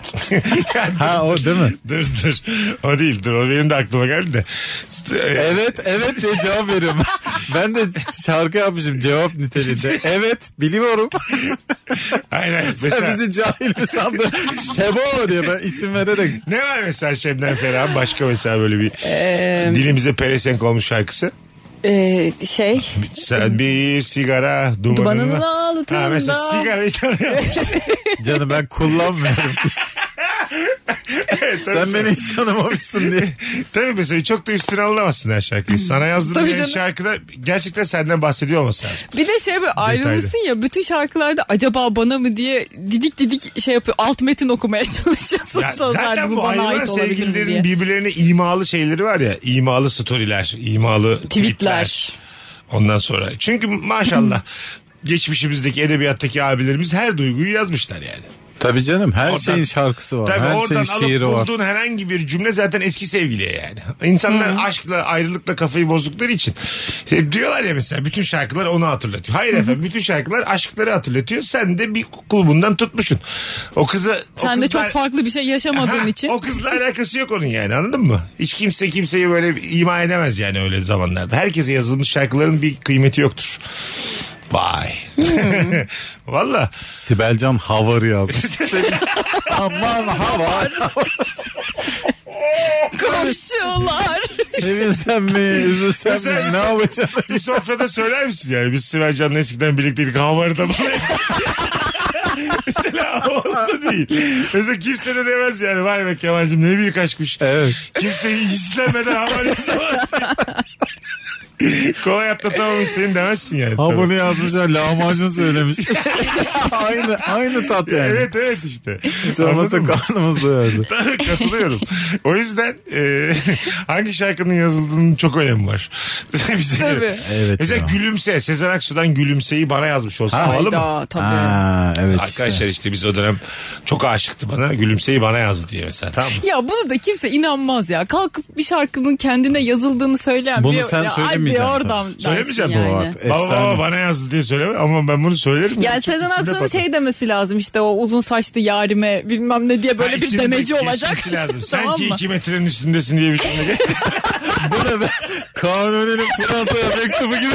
[SPEAKER 5] Ha o değil mi?
[SPEAKER 3] dur dur. O değil dur. O benim de aklıma geldi de.
[SPEAKER 5] Evet evet diye cevap veriyorum. ben de şarkı yapmışım cevap niteliğinde. Evet biliyorum.
[SPEAKER 3] Aynen.
[SPEAKER 5] Sen
[SPEAKER 3] Mesela,
[SPEAKER 5] bizi cahil mi sandın? Şebo diye ben isim vererek.
[SPEAKER 3] ne var mesela Şebnem Ferah'ın başka mesela böyle bir dilimize pelesenk olmuş şarkısı?
[SPEAKER 4] Ee, şey
[SPEAKER 3] Sen bir sigara dumanını...
[SPEAKER 4] dumanının
[SPEAKER 3] Ha, mesela
[SPEAKER 4] altında.
[SPEAKER 3] sigarayı tanıyorum.
[SPEAKER 5] Canım ben kullanmıyorum. Sen beni hiç tanımamışsın diye.
[SPEAKER 3] Tabii mesela çok da üstüne alınamazsın her şarkıyı. Sana yazdığım
[SPEAKER 4] Tabii
[SPEAKER 3] her
[SPEAKER 4] canım.
[SPEAKER 3] şarkıda gerçekten senden bahsediyor olması lazım.
[SPEAKER 4] Bir de şey böyle ayrılmışsın ya bütün şarkılarda acaba bana mı diye didik didik şey yapıyor. Alt metin okumaya çalışıyorsun
[SPEAKER 3] Ya
[SPEAKER 4] sözlerde
[SPEAKER 3] zaten
[SPEAKER 4] bu
[SPEAKER 3] bu
[SPEAKER 4] bana ait
[SPEAKER 3] ayrılan
[SPEAKER 4] olabilir mi
[SPEAKER 3] sevgililerin
[SPEAKER 4] diye.
[SPEAKER 3] birbirlerine imalı şeyleri var ya. imalı storyler, imalı tweetler.
[SPEAKER 4] Tweetler.
[SPEAKER 3] Ondan sonra. Çünkü maşallah geçmişimizdeki edebiyattaki abilerimiz her duyguyu yazmışlar yani.
[SPEAKER 5] Tabii canım her
[SPEAKER 3] Oradan-
[SPEAKER 5] şeyin şarkısı var.
[SPEAKER 3] Tabii
[SPEAKER 5] her
[SPEAKER 3] oradan
[SPEAKER 5] şeyin şiiri
[SPEAKER 3] alıp
[SPEAKER 5] var.
[SPEAKER 3] bulduğun herhangi bir cümle zaten eski sevgiliye yani. İnsanlar aşkla ayrılıkla kafayı bozdukları için hep diyorlar ya mesela bütün şarkılar onu hatırlatıyor. Hayır efendim bütün şarkılar aşkları hatırlatıyor. Sen de bir kulbundan tutmuşsun. O kızı o
[SPEAKER 4] Sen de
[SPEAKER 3] kızla-
[SPEAKER 4] çok farklı bir şey yaşamadığın
[SPEAKER 3] Ha,
[SPEAKER 4] için.
[SPEAKER 3] O kızla alakası yok onun yani anladın mı? Hiç kimse kimseyi böyle ima edemez yani öyle zamanlarda. Herkese yazılmış şarkıların bir kıymeti yoktur. Vay. Valla.
[SPEAKER 5] Sibelcan Havar yazmış. Aman Havar.
[SPEAKER 4] Komşular.
[SPEAKER 5] Sevinsen mi? Üzülsen mi? Ne yapacaksın?
[SPEAKER 3] Bir sofrada söyler misin yani? Biz Sibel Can'la eskiden birlikteydik. Havarı da bana Mesela oldu değil. Mesela kimse de demez yani. Vay be Kemal'cim ne büyük aşkmış.
[SPEAKER 5] Evet.
[SPEAKER 3] Kimseyi hislenmeden havar yazamaz. Kolay atlatamamış seni demezsin yani.
[SPEAKER 5] Ha
[SPEAKER 3] Tabii.
[SPEAKER 5] bunu yazmışlar lahmacun söylemiş. aynı aynı tat yani.
[SPEAKER 3] Evet evet işte.
[SPEAKER 5] Hiç olmazsa
[SPEAKER 3] Anladın mı?
[SPEAKER 5] karnımız doyardı.
[SPEAKER 3] Tabii, Katılıyorum. O yüzden e, hangi şarkının yazıldığının çok önemi var. Bize göre.
[SPEAKER 4] Tabii.
[SPEAKER 5] Evet
[SPEAKER 3] Mesela
[SPEAKER 5] ya.
[SPEAKER 3] gülümse. Sezen Aksu'dan gülümseyi bana yazmış olsa havalı mı?
[SPEAKER 4] Hayda tabii.
[SPEAKER 5] Ha, evet işte.
[SPEAKER 3] Arkadaşlar işte biz o dönem çok aşıktı bana. Gülümseyi bana yazdı diye mesela tamam mı?
[SPEAKER 4] Ya bunu da kimse inanmaz ya. Kalkıp bir şarkının kendine yazıldığını söyleyen
[SPEAKER 5] Bunu
[SPEAKER 4] biri-
[SPEAKER 5] sen
[SPEAKER 4] ya, Ay
[SPEAKER 5] söylemeyeceksin
[SPEAKER 4] bir
[SPEAKER 5] tabii.
[SPEAKER 4] oradan dersin
[SPEAKER 3] Söylemeyeceğim
[SPEAKER 5] Bu
[SPEAKER 4] yani.
[SPEAKER 5] art-
[SPEAKER 3] Baba
[SPEAKER 5] efsane.
[SPEAKER 3] baba bana yazdı diye söyleme ama ben bunu söylerim.
[SPEAKER 4] Yani
[SPEAKER 3] Çok
[SPEAKER 4] Sezen
[SPEAKER 3] içimde
[SPEAKER 4] Aksu'nun
[SPEAKER 3] patlar.
[SPEAKER 4] şey demesi lazım işte o uzun saçlı yarime bilmem ne diye böyle
[SPEAKER 3] Ha,
[SPEAKER 4] bir
[SPEAKER 3] içinde
[SPEAKER 4] demeci
[SPEAKER 3] geçmesi
[SPEAKER 4] olacak.
[SPEAKER 3] Lazım. Sen
[SPEAKER 4] tamam
[SPEAKER 3] ki
[SPEAKER 4] mı?
[SPEAKER 3] iki metrenin üstündesin diye bir şey cümle geç.
[SPEAKER 5] Bu ne be? Kaan Önel'in Fransa'ya mektubu gibi.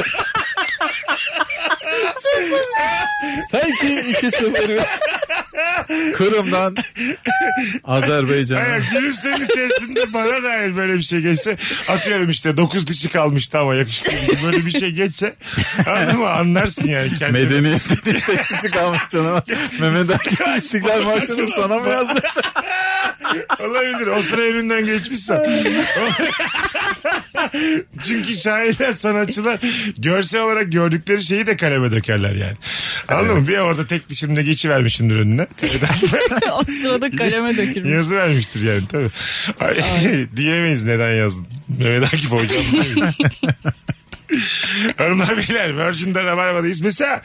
[SPEAKER 5] Sanki iki sıfır. Kırım'dan Azerbaycan'a.
[SPEAKER 3] Hayır gülümsenin içerisinde bana dair böyle bir şey geçse atıyorum işte 9 dişi kalmıştı ama yakışıklı gibi böyle bir şey geçse anladın mı anlarsın yani kendini.
[SPEAKER 5] Medeniyet dediği teklisi kalmış canım. Mehmet Akif İstiklal Marşı'nı sana mı yazdı?
[SPEAKER 3] Olabilir o sıra önünden geçmişsen. Çünkü şairler sanatçılar görsel olarak gördükleri şeyi de kaleme dökerler yani. Anladın mı? Bir orada tek dişimle geçivermişimdir önüne.
[SPEAKER 4] o sırada kaleme dökülmüş.
[SPEAKER 3] Yazı vermiştir yani tabii. Ay, diyemeyiz neden yazdın. Mehmet Akif hocam. diyemeyiz. Hanımlar beyler Virgin'de Rabarba'dayız. Mesela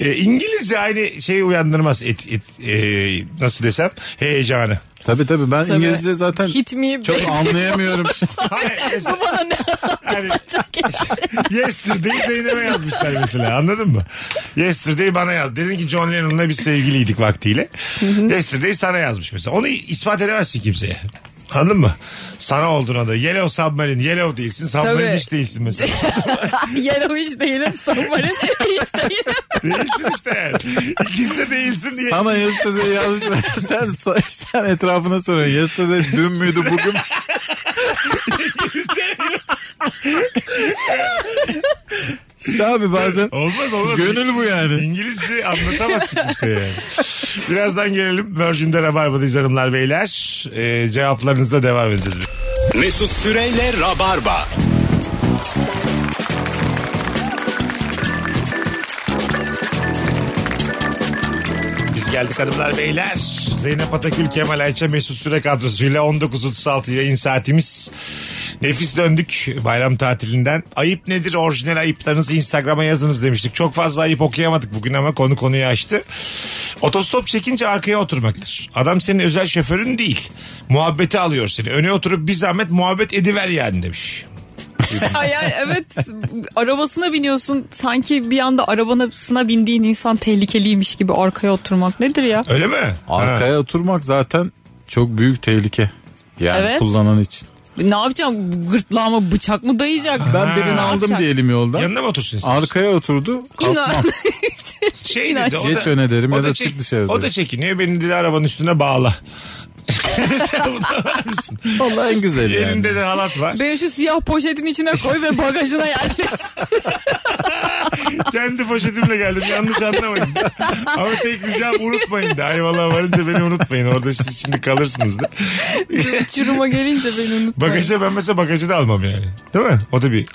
[SPEAKER 3] e, İngilizce aynı şeyi uyandırmaz. Et, et, e, nasıl desem heyecanı.
[SPEAKER 5] Tabii tabii ben
[SPEAKER 4] Tabii.
[SPEAKER 5] İngilizce zaten
[SPEAKER 4] Hit me
[SPEAKER 5] çok
[SPEAKER 4] baby.
[SPEAKER 5] anlayamıyorum.
[SPEAKER 3] Hayır, Hani mesela,
[SPEAKER 4] Bu bana ne
[SPEAKER 3] hani,
[SPEAKER 4] çok
[SPEAKER 3] yesterday Zeynep'e yazmışlar mesela anladın mı? Yesterday bana yaz. Dedin ki John Lennon'la biz sevgiliydik vaktiyle. yesterday sana yazmış mesela. Onu ispat edemezsin kimseye. Anladın mı? Sana olduğuna da yellow submarine yellow değilsin submarine
[SPEAKER 4] Tabii.
[SPEAKER 3] hiç değilsin mesela.
[SPEAKER 4] Yellow hiç değilim, submarine hiç değilim.
[SPEAKER 3] Değilsin işte. İkisi de değilsin diye.
[SPEAKER 5] Sana yesterday yazmışlar. sen, sen etrafına soruyorsun. Yesterday dün müydü bugün? mü? işte abi bazen
[SPEAKER 3] Olmaz olmaz.
[SPEAKER 5] gönül bu yani.
[SPEAKER 3] İngilizce anlatamazsın kimseye yani. Birazdan gelelim. Virgin'de Rabarba'dayız hanımlar beyler. Ee, cevaplarınızla devam edeceğiz.
[SPEAKER 2] Mesut Süreyle Rabarba.
[SPEAKER 3] Biz geldik hanımlar beyler. Zeynep Atakül, Kemal Ayça, Mesut Süre kadrosuyla 19.36 yayın saatimiz. Nefis döndük bayram tatilinden. Ayıp nedir orijinal ayıplarınızı Instagram'a yazınız demiştik. Çok fazla ayıp okuyamadık bugün ama konu konuyu açtı. Otostop çekince arkaya oturmaktır. Adam senin özel şoförün değil. Muhabbeti alıyor seni. Öne oturup bir zahmet muhabbet ediver yani demiş.
[SPEAKER 4] Ay, ay, evet, arabasına biniyorsun. Sanki bir anda arabasına bindiğin insan tehlikeliymiş gibi arkaya oturmak. Nedir ya?
[SPEAKER 3] Öyle mi? Ha.
[SPEAKER 5] Arkaya oturmak zaten çok büyük tehlike. Yani
[SPEAKER 4] Evet.
[SPEAKER 5] kullanan için.
[SPEAKER 4] Ne yapacağım? Gırtlağıma bıçak mı dayayacak?
[SPEAKER 5] Ben
[SPEAKER 3] Ha.
[SPEAKER 5] birini aldım
[SPEAKER 4] Yapacak.
[SPEAKER 5] diyelim yoldan.
[SPEAKER 3] Yanına mı otursun sen?
[SPEAKER 5] Arkaya oturdu.
[SPEAKER 4] İnan.
[SPEAKER 5] Kalkmam.
[SPEAKER 3] Şey dedi, o
[SPEAKER 5] Geç
[SPEAKER 3] da-
[SPEAKER 5] öne derim
[SPEAKER 3] o
[SPEAKER 5] ya da
[SPEAKER 3] çek-
[SPEAKER 5] çık dışarı
[SPEAKER 3] O da
[SPEAKER 5] derim.
[SPEAKER 3] çekiniyor. Beni dedi arabanın üstüne bağla. Sen buna var mısın?
[SPEAKER 5] Vallahi en güzeli yani.
[SPEAKER 3] Elinde de halat var.
[SPEAKER 4] Ben şu siyah poşetin içine koy ve bagajına yerleştir.
[SPEAKER 3] Kendi poşetimle geldim. Yanlış anlamayın. Ama tek ricam unutmayın da. Ayvalık'a varınca beni unutmayın. Orada siz şimdi kalırsınız da.
[SPEAKER 4] Uçuruma gelince beni unutma.
[SPEAKER 3] Bagaja ben mesela bagajı da almam yani. Değil mi? O da bir.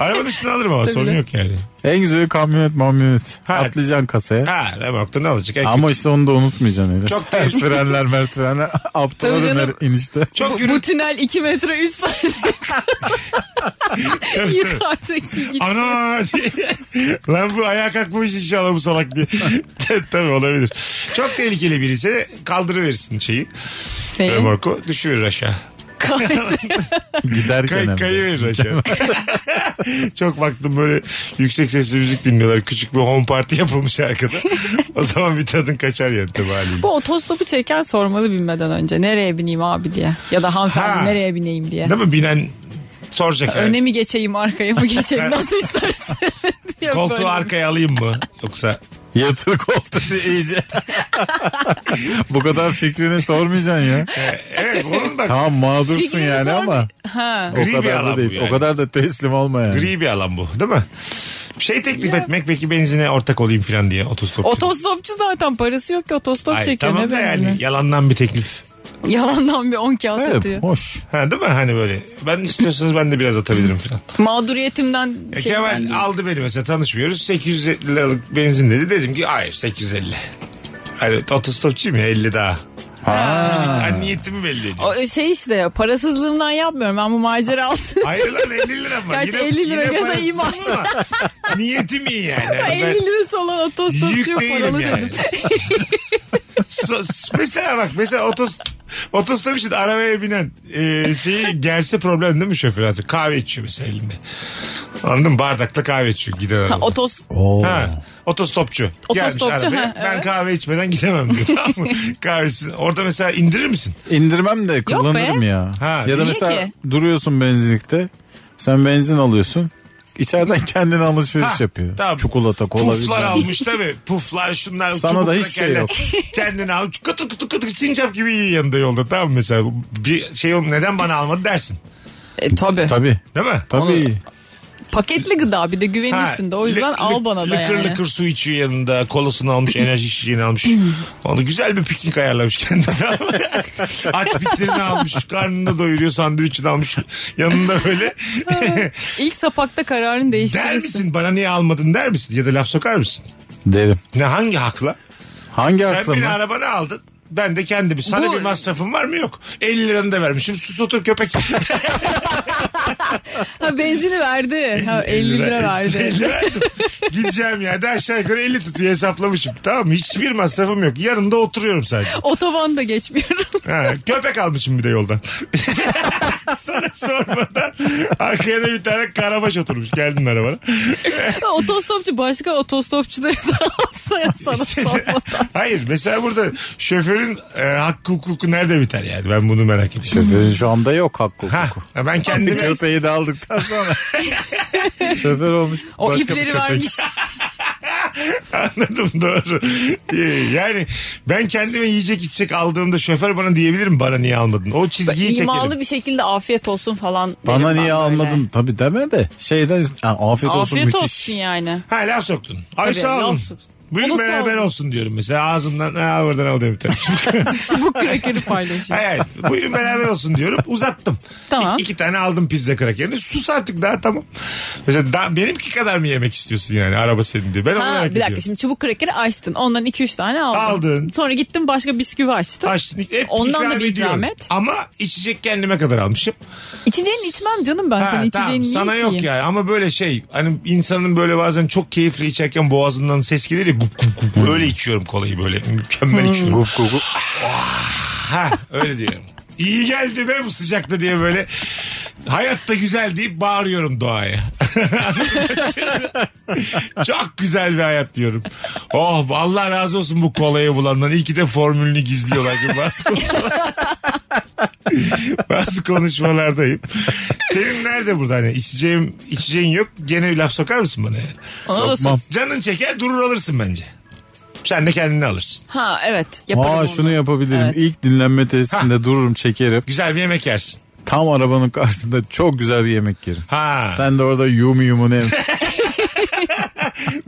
[SPEAKER 3] Arabanın üstüne alırım ama
[SPEAKER 4] Tabii
[SPEAKER 3] sorun
[SPEAKER 4] de.
[SPEAKER 3] yok yani.
[SPEAKER 5] En güzeli kamyonet mamyonet.
[SPEAKER 3] Ha.
[SPEAKER 5] Atlayacaksın kasaya.
[SPEAKER 3] Ha remorkta ne alacak? En-
[SPEAKER 5] Ama işte onu da unutmayacaksın öyle.
[SPEAKER 3] Çok
[SPEAKER 5] Mert frenler mert frenler. Aptal
[SPEAKER 4] Tabii canım.
[SPEAKER 5] döner inişte.
[SPEAKER 3] Çok
[SPEAKER 4] bu, bu
[SPEAKER 3] yürü.
[SPEAKER 4] tünel 2 metre 3 saniye yukarıdaki git.
[SPEAKER 3] Ana diye. Lan bu ayağa kalkmış inşallah bu salak diye. Tabii olabilir. Çok tehlikeli birisi kaldırıverirsin şeyi. Remorku düşürür aşağı.
[SPEAKER 5] Giderken
[SPEAKER 3] Kay,
[SPEAKER 5] hem de.
[SPEAKER 3] kayıverir aşağı. Çok baktım böyle yüksek sesli müzik dinliyorlar. Küçük bir home party yapılmış arkada. o zaman bir tadın kaçar yani tabii haliyle.
[SPEAKER 4] Bu otostopu çeken sormalı binmeden önce. Nereye bineyim abi diye. Ya da hanımefendi
[SPEAKER 3] Ha.
[SPEAKER 4] nereye bineyim diye.
[SPEAKER 3] Değil mi? Binen soracak. yani.
[SPEAKER 4] Öne mi geçeyim arkaya mı geçeyim nasıl istersin diye
[SPEAKER 3] Koltuğu
[SPEAKER 4] böyle.
[SPEAKER 3] arkaya alayım mı? Yoksa
[SPEAKER 5] Yatır koltuğu diye iyice. Bu kadar fikrini sormayacaksın ya.
[SPEAKER 3] E, evet bunun da
[SPEAKER 5] Tamam mağdursun
[SPEAKER 4] Fikrini
[SPEAKER 5] yani
[SPEAKER 4] sorma-
[SPEAKER 5] ama
[SPEAKER 4] Ha.
[SPEAKER 5] o
[SPEAKER 3] Gri bir
[SPEAKER 5] kadar
[SPEAKER 3] alan
[SPEAKER 5] da
[SPEAKER 3] bu
[SPEAKER 5] değil.
[SPEAKER 3] yani.
[SPEAKER 5] O kadar da teslim olma yani.
[SPEAKER 3] gri bir alan bu değil mi? Bir şey teklif etmek peki benzine ortak olayım falan diye otostop.
[SPEAKER 4] Otostopçu zaten parası yok ki otostop
[SPEAKER 3] Ay,
[SPEAKER 4] çekiyor
[SPEAKER 3] tamam
[SPEAKER 4] ne
[SPEAKER 3] da
[SPEAKER 4] benzine.
[SPEAKER 3] yani yalandan bir teklif.
[SPEAKER 4] Yalandan bir 10 kağıt atıyor.
[SPEAKER 5] Evet, hoş.
[SPEAKER 3] Ha değil mi? Hani böyle ben istiyorsanız ben de biraz atabilirim falan.
[SPEAKER 4] Mağduriyetimden şey-
[SPEAKER 3] E,
[SPEAKER 4] şeyden
[SPEAKER 3] Kemal
[SPEAKER 4] değil.
[SPEAKER 3] aldı beni mesela tanışmıyoruz. 850 liralık benzin dedi. Dedim ki hayır 850. Hani otostopçuyum ya 50 daha. Hani niyetimi belli ediyor.
[SPEAKER 4] O şey işte ya, parasızlığımdan yapmıyorum ben bu macera alsın.
[SPEAKER 3] Hayır lan 50 lira mı?
[SPEAKER 4] Gerçi 50 lira
[SPEAKER 3] yine
[SPEAKER 4] ya da
[SPEAKER 3] parasız
[SPEAKER 4] imaj.
[SPEAKER 3] ama Niyetim iyi yani. Hani
[SPEAKER 4] 50
[SPEAKER 3] ben
[SPEAKER 4] lirası olan otostopçuya
[SPEAKER 3] Yük değilim
[SPEAKER 4] paralı
[SPEAKER 3] yani.
[SPEAKER 4] dedim.
[SPEAKER 3] So- so- mesela bak mesela otos, otostop için arabaya binen e, şeyi gerse problem değil mi şoför artık? Kahve içiyor mesela elinde. Anladın mı? Bardakla kahve içiyor giden
[SPEAKER 4] Ha,
[SPEAKER 3] araba.
[SPEAKER 4] otos
[SPEAKER 5] Oo.
[SPEAKER 3] Ha, otostopçu.
[SPEAKER 4] Otostopçu,
[SPEAKER 3] Gelmiş arabaya.
[SPEAKER 4] ha,
[SPEAKER 3] Ben
[SPEAKER 4] evet.
[SPEAKER 3] kahve içmeden gidemem diyor. tamam mı? Kahvesini. Orada mesela indirir misin?
[SPEAKER 5] İndirmem de kullanırım ya.
[SPEAKER 3] Ha,
[SPEAKER 5] ya da
[SPEAKER 3] niye
[SPEAKER 5] mesela
[SPEAKER 4] ki?
[SPEAKER 5] duruyorsun benzinlikte. Sen benzin alıyorsun. İçeriden kendine alışveriş yapıyor.
[SPEAKER 3] Tamam.
[SPEAKER 5] Çikolata, kola.
[SPEAKER 3] Puflar
[SPEAKER 5] bilmem.
[SPEAKER 3] almış tabii. Puflar şunlar.
[SPEAKER 5] Sana
[SPEAKER 3] çubuk
[SPEAKER 5] da hiçbir şey
[SPEAKER 3] krakerler.
[SPEAKER 5] yok.
[SPEAKER 3] Kendini al. Kıtır kıtır kıtır sincap gibi yiyor yanında yolda tamam mı? mesela. Bir şey oğlum neden bana almadı dersin.
[SPEAKER 4] E, tabii.
[SPEAKER 5] Tabii.
[SPEAKER 3] Değil mi?
[SPEAKER 5] Tabii.
[SPEAKER 4] Paketli gıda bir de güvenirsin de o yüzden
[SPEAKER 3] lı-
[SPEAKER 4] al
[SPEAKER 3] lı-
[SPEAKER 4] bana da
[SPEAKER 3] lıkır
[SPEAKER 4] yani.
[SPEAKER 3] lıkır su içiyor yanında. Kolasını almış, enerji içeceğini almış. Onu güzel bir piknik ayarlamış kendine. Aç bitlerini almış, karnını doyuruyor, sandviçini almış. Yanında böyle.
[SPEAKER 4] İlk sapakta kararını
[SPEAKER 3] der
[SPEAKER 4] değiştirirsin.
[SPEAKER 3] misin bana niye almadın der misin? Ya da laf sokar mısın?
[SPEAKER 5] Derim.
[SPEAKER 3] Ne hangi hakla?
[SPEAKER 5] Hangi
[SPEAKER 3] Sen beni
[SPEAKER 5] aklımda?
[SPEAKER 3] arabana aldın. Ben de kendimi. Sana
[SPEAKER 4] Bu-
[SPEAKER 3] bir masrafın var mı? Yok. 50 liranı da vermişim. Sus otur köpek.
[SPEAKER 4] Ha benzini verdi. Ha 50 lira verdi.
[SPEAKER 3] 50 verdim. Gideceğim yerde aşağı yukarı 50 tutuyor hesaplamışım. Tamam mı? Hiçbir masrafım yok. Yarın da oturuyorum sadece.
[SPEAKER 4] Otoban da geçmiyorum.
[SPEAKER 3] Ha, köpek almışım bir de yoldan. Sana sormadan arkaya da bir tane karabaş oturmuş. Geldin arabana.
[SPEAKER 4] Otostopçu başka otostopçuları da alsa ya sana
[SPEAKER 3] şey-
[SPEAKER 4] sormadan.
[SPEAKER 3] Hayır mesela burada şoförün e, hakkı hukuku nerede biter yani? Ben bunu merak ediyorum.
[SPEAKER 5] Şoförün şu anda yok hakkı
[SPEAKER 3] Ha,
[SPEAKER 5] hukuku.
[SPEAKER 3] ben
[SPEAKER 5] Bir
[SPEAKER 3] kendimi
[SPEAKER 5] köpeği de aldıktan sonra. Şoför olmuş.
[SPEAKER 4] O
[SPEAKER 5] başka bir
[SPEAKER 4] ipleri
[SPEAKER 5] köpek.
[SPEAKER 4] vermiş.
[SPEAKER 3] Anladım doğru. Ee, Yani ben kendime yiyecek içecek aldığımda şoför bana diyebilir mi bana niye almadın? O çizgiyi çekerim.
[SPEAKER 4] İmalı bir şekilde afiyet olsun falan. derim
[SPEAKER 5] Bana
[SPEAKER 4] ben
[SPEAKER 5] niye
[SPEAKER 4] böyle.
[SPEAKER 5] almadın? Tabii deme de. Şeyden ha, afiyet olsun
[SPEAKER 4] Afiyet
[SPEAKER 5] müthiş.
[SPEAKER 4] olsun yani.
[SPEAKER 3] Ha laf soktun. Ay
[SPEAKER 4] Tabii,
[SPEAKER 3] sağ olun.
[SPEAKER 4] laf soktun.
[SPEAKER 3] Bugün
[SPEAKER 4] Onu
[SPEAKER 3] beraber
[SPEAKER 4] sağ olun.
[SPEAKER 3] olsun diyorum mesela ağzımdan ha buradan al diyor bir tane.
[SPEAKER 4] Çubuk krakeri paylaşıyor.
[SPEAKER 3] hayır hayır buyurun beraber olsun diyorum uzattım.
[SPEAKER 4] Tamam.
[SPEAKER 3] İ- iki tane aldım pizza krakerini sus artık daha tamam. Mesela daha, benimki kadar mı yemek istiyorsun yani araba senin diye ben onu merak
[SPEAKER 4] Ha, bir dakika
[SPEAKER 3] ediyorum.
[SPEAKER 4] şimdi çubuk krakeri açtın. Ondan 2-3 tane aldın.
[SPEAKER 3] Aldın.
[SPEAKER 4] Sonra gittin başka bisküvi açtın.
[SPEAKER 3] Açtın, hep
[SPEAKER 4] Ondan da
[SPEAKER 3] ikram
[SPEAKER 4] bir
[SPEAKER 3] ediyorum.
[SPEAKER 4] ikramet.
[SPEAKER 3] Ama içecek kendime kadar almışım.
[SPEAKER 4] İçeceğini içmem canım ben.
[SPEAKER 3] Ha,
[SPEAKER 4] Senin
[SPEAKER 3] tamam.
[SPEAKER 4] içeceğini niye
[SPEAKER 3] Sana
[SPEAKER 4] içeyim?
[SPEAKER 3] yok ya ama böyle şey hani insanın böyle bazen çok keyifli içerken boğazından ses gelir ya gup gup gup öyle içiyorum kolayı böyle
[SPEAKER 4] Hmm.
[SPEAKER 3] mükemmel içiyorum.
[SPEAKER 5] Gup gup gup.
[SPEAKER 3] ha öyle diyorum. İyi geldi be bu sıcakta diye böyle hayatta güzel deyip bağırıyorum doğaya. çok güzel bir hayat diyorum. Oh Allah razı olsun bu kolayı bulandan. İyi ki de formülünü gizliyorlar gibi bazı konuşmalar. bazı konuşmalardayım. Senin nerede burada hani içeceğim içeceğin yok gene laf sokar mısın bana? ya?
[SPEAKER 4] Ona da
[SPEAKER 5] Sokmam.
[SPEAKER 3] Canın çeker durur alırsın bence. Sen de kendini alırsın.
[SPEAKER 4] Ha evet. Yaparım
[SPEAKER 5] Aa
[SPEAKER 4] onu.
[SPEAKER 5] şunu yapabilirim.
[SPEAKER 4] Evet.
[SPEAKER 5] İlk dinlenme tesisinde dururum çekerim.
[SPEAKER 3] Güzel bir yemek yersin.
[SPEAKER 5] Tam arabanın karşısında çok güzel bir yemek yerim.
[SPEAKER 3] Ha.
[SPEAKER 5] Sen de orada yum yumu ne?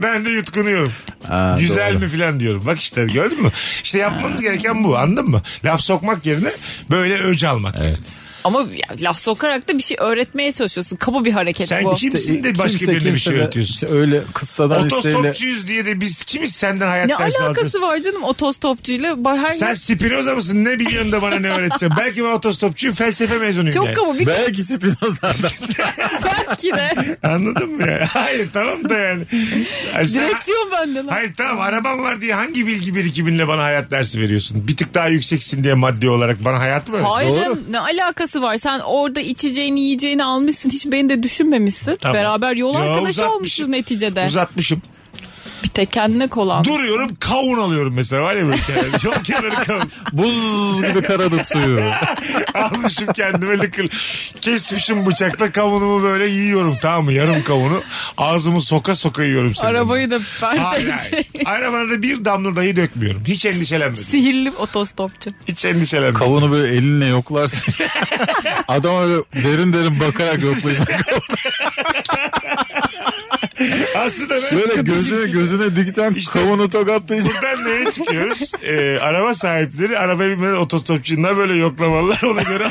[SPEAKER 3] Ben de yutkunuyorum.
[SPEAKER 5] Ha,
[SPEAKER 3] Güzel
[SPEAKER 5] doğru.
[SPEAKER 3] mi filan diyorum. Bak işte gördün mü? İşte yapmanız gereken bu anladın mı? Laf sokmak yerine böyle öc almak.
[SPEAKER 5] evet.
[SPEAKER 4] Ama ya, laf sokarak da bir şey öğretmeye çalışıyorsun. Kaba bir hareket
[SPEAKER 3] Sen
[SPEAKER 4] bu.
[SPEAKER 3] kim- Kimsin de başka birine bir şey
[SPEAKER 5] de
[SPEAKER 3] öğretiyorsun.
[SPEAKER 5] işte öyle kıssadan listeyle
[SPEAKER 3] Otostopçuyuz diye de biz kimiz senden hayat
[SPEAKER 4] Ne
[SPEAKER 3] dersi alacağız?
[SPEAKER 4] alakası var canım otostopçuyla? Ba- Her
[SPEAKER 3] Sen Spinoza mısın? Ne biliyorsun da bana ne öğreteceksin? Belki ben otostopçuyum felsefe mezunuyum
[SPEAKER 4] Çok
[SPEAKER 3] yani.
[SPEAKER 4] kaba bir
[SPEAKER 5] belki spinozlardan.
[SPEAKER 4] belki de.
[SPEAKER 3] Anladın mı ya? Hayır tamam da yani. Ay, sen-
[SPEAKER 4] Direksiyon bende lan.
[SPEAKER 3] Hayır tamam arabam var diye hangi bilgi birikiminle bana hayat dersi veriyorsun? Bir tık daha yükseksin diye maddi olarak bana hayat mı öğretiyorsun?
[SPEAKER 4] Hayır canım ne alakası var? Sen orada içeceğini yiyeceğini almışsın. Hiç beni de düşünmemişsin.
[SPEAKER 3] Tamam.
[SPEAKER 4] Beraber yol
[SPEAKER 3] Ya,
[SPEAKER 4] arkadaşı
[SPEAKER 3] uzatmışım.
[SPEAKER 4] olmuşsun neticede.
[SPEAKER 3] Uzatmışım.
[SPEAKER 4] Bir tek kendine kolan.
[SPEAKER 3] Duruyorum kavun alıyorum mesela var ya böyle kenarı. Yol kenarı kavun.
[SPEAKER 5] Buz gibi karadut suyu.
[SPEAKER 3] Almışım kendime lıkır. Kesmişim bıçakla kavunumu böyle yiyorum tamam mı? Yarım kavunu. Ağzımı soka soka yiyorum. senin
[SPEAKER 4] Arabayı da
[SPEAKER 3] önünden.
[SPEAKER 4] perde
[SPEAKER 3] Hayır
[SPEAKER 4] edecek.
[SPEAKER 3] hayır. Arabana da bir damla dahi dökmüyorum. Hiç endişelenmedim.
[SPEAKER 4] Sihirli otostopçu.
[SPEAKER 3] Hiç endişelenmedim.
[SPEAKER 5] Kavunu böyle elinle yoklarsın. Adama böyle derin derin bakarak yoklayacak.
[SPEAKER 3] Aslında ben
[SPEAKER 5] Böyle gözüne gözüne dikten kavunu tokatlayacak.
[SPEAKER 3] Buradan neye çıkıyoruz? Ee, araba sahipleri arabaya binmeden otostopçular böyle yoklamalılar ona göre.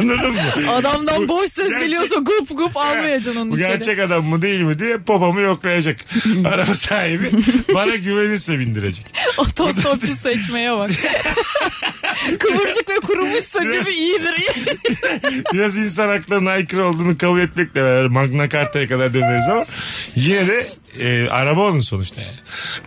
[SPEAKER 3] Anladın mı?
[SPEAKER 4] Adamdan boş ses
[SPEAKER 3] gerçek-
[SPEAKER 4] geliyorsa gup gup almayacaksın onun
[SPEAKER 3] Bu
[SPEAKER 4] içeri.
[SPEAKER 3] gerçek adam mı değil mi diye popomu yoklayacak. Araba sahibi bana güvenirse bindirecek.
[SPEAKER 4] Otostopçu seçmeye bak. Kıvırcık ve kurumuşsa
[SPEAKER 3] Biraz-
[SPEAKER 4] gibi iyidir.
[SPEAKER 3] Biraz insan haklarına aykırı olduğunu kabul etmekle beraber Magna Carta'ya kadar döneriz ama yine de e, araba onun sonuçta yani.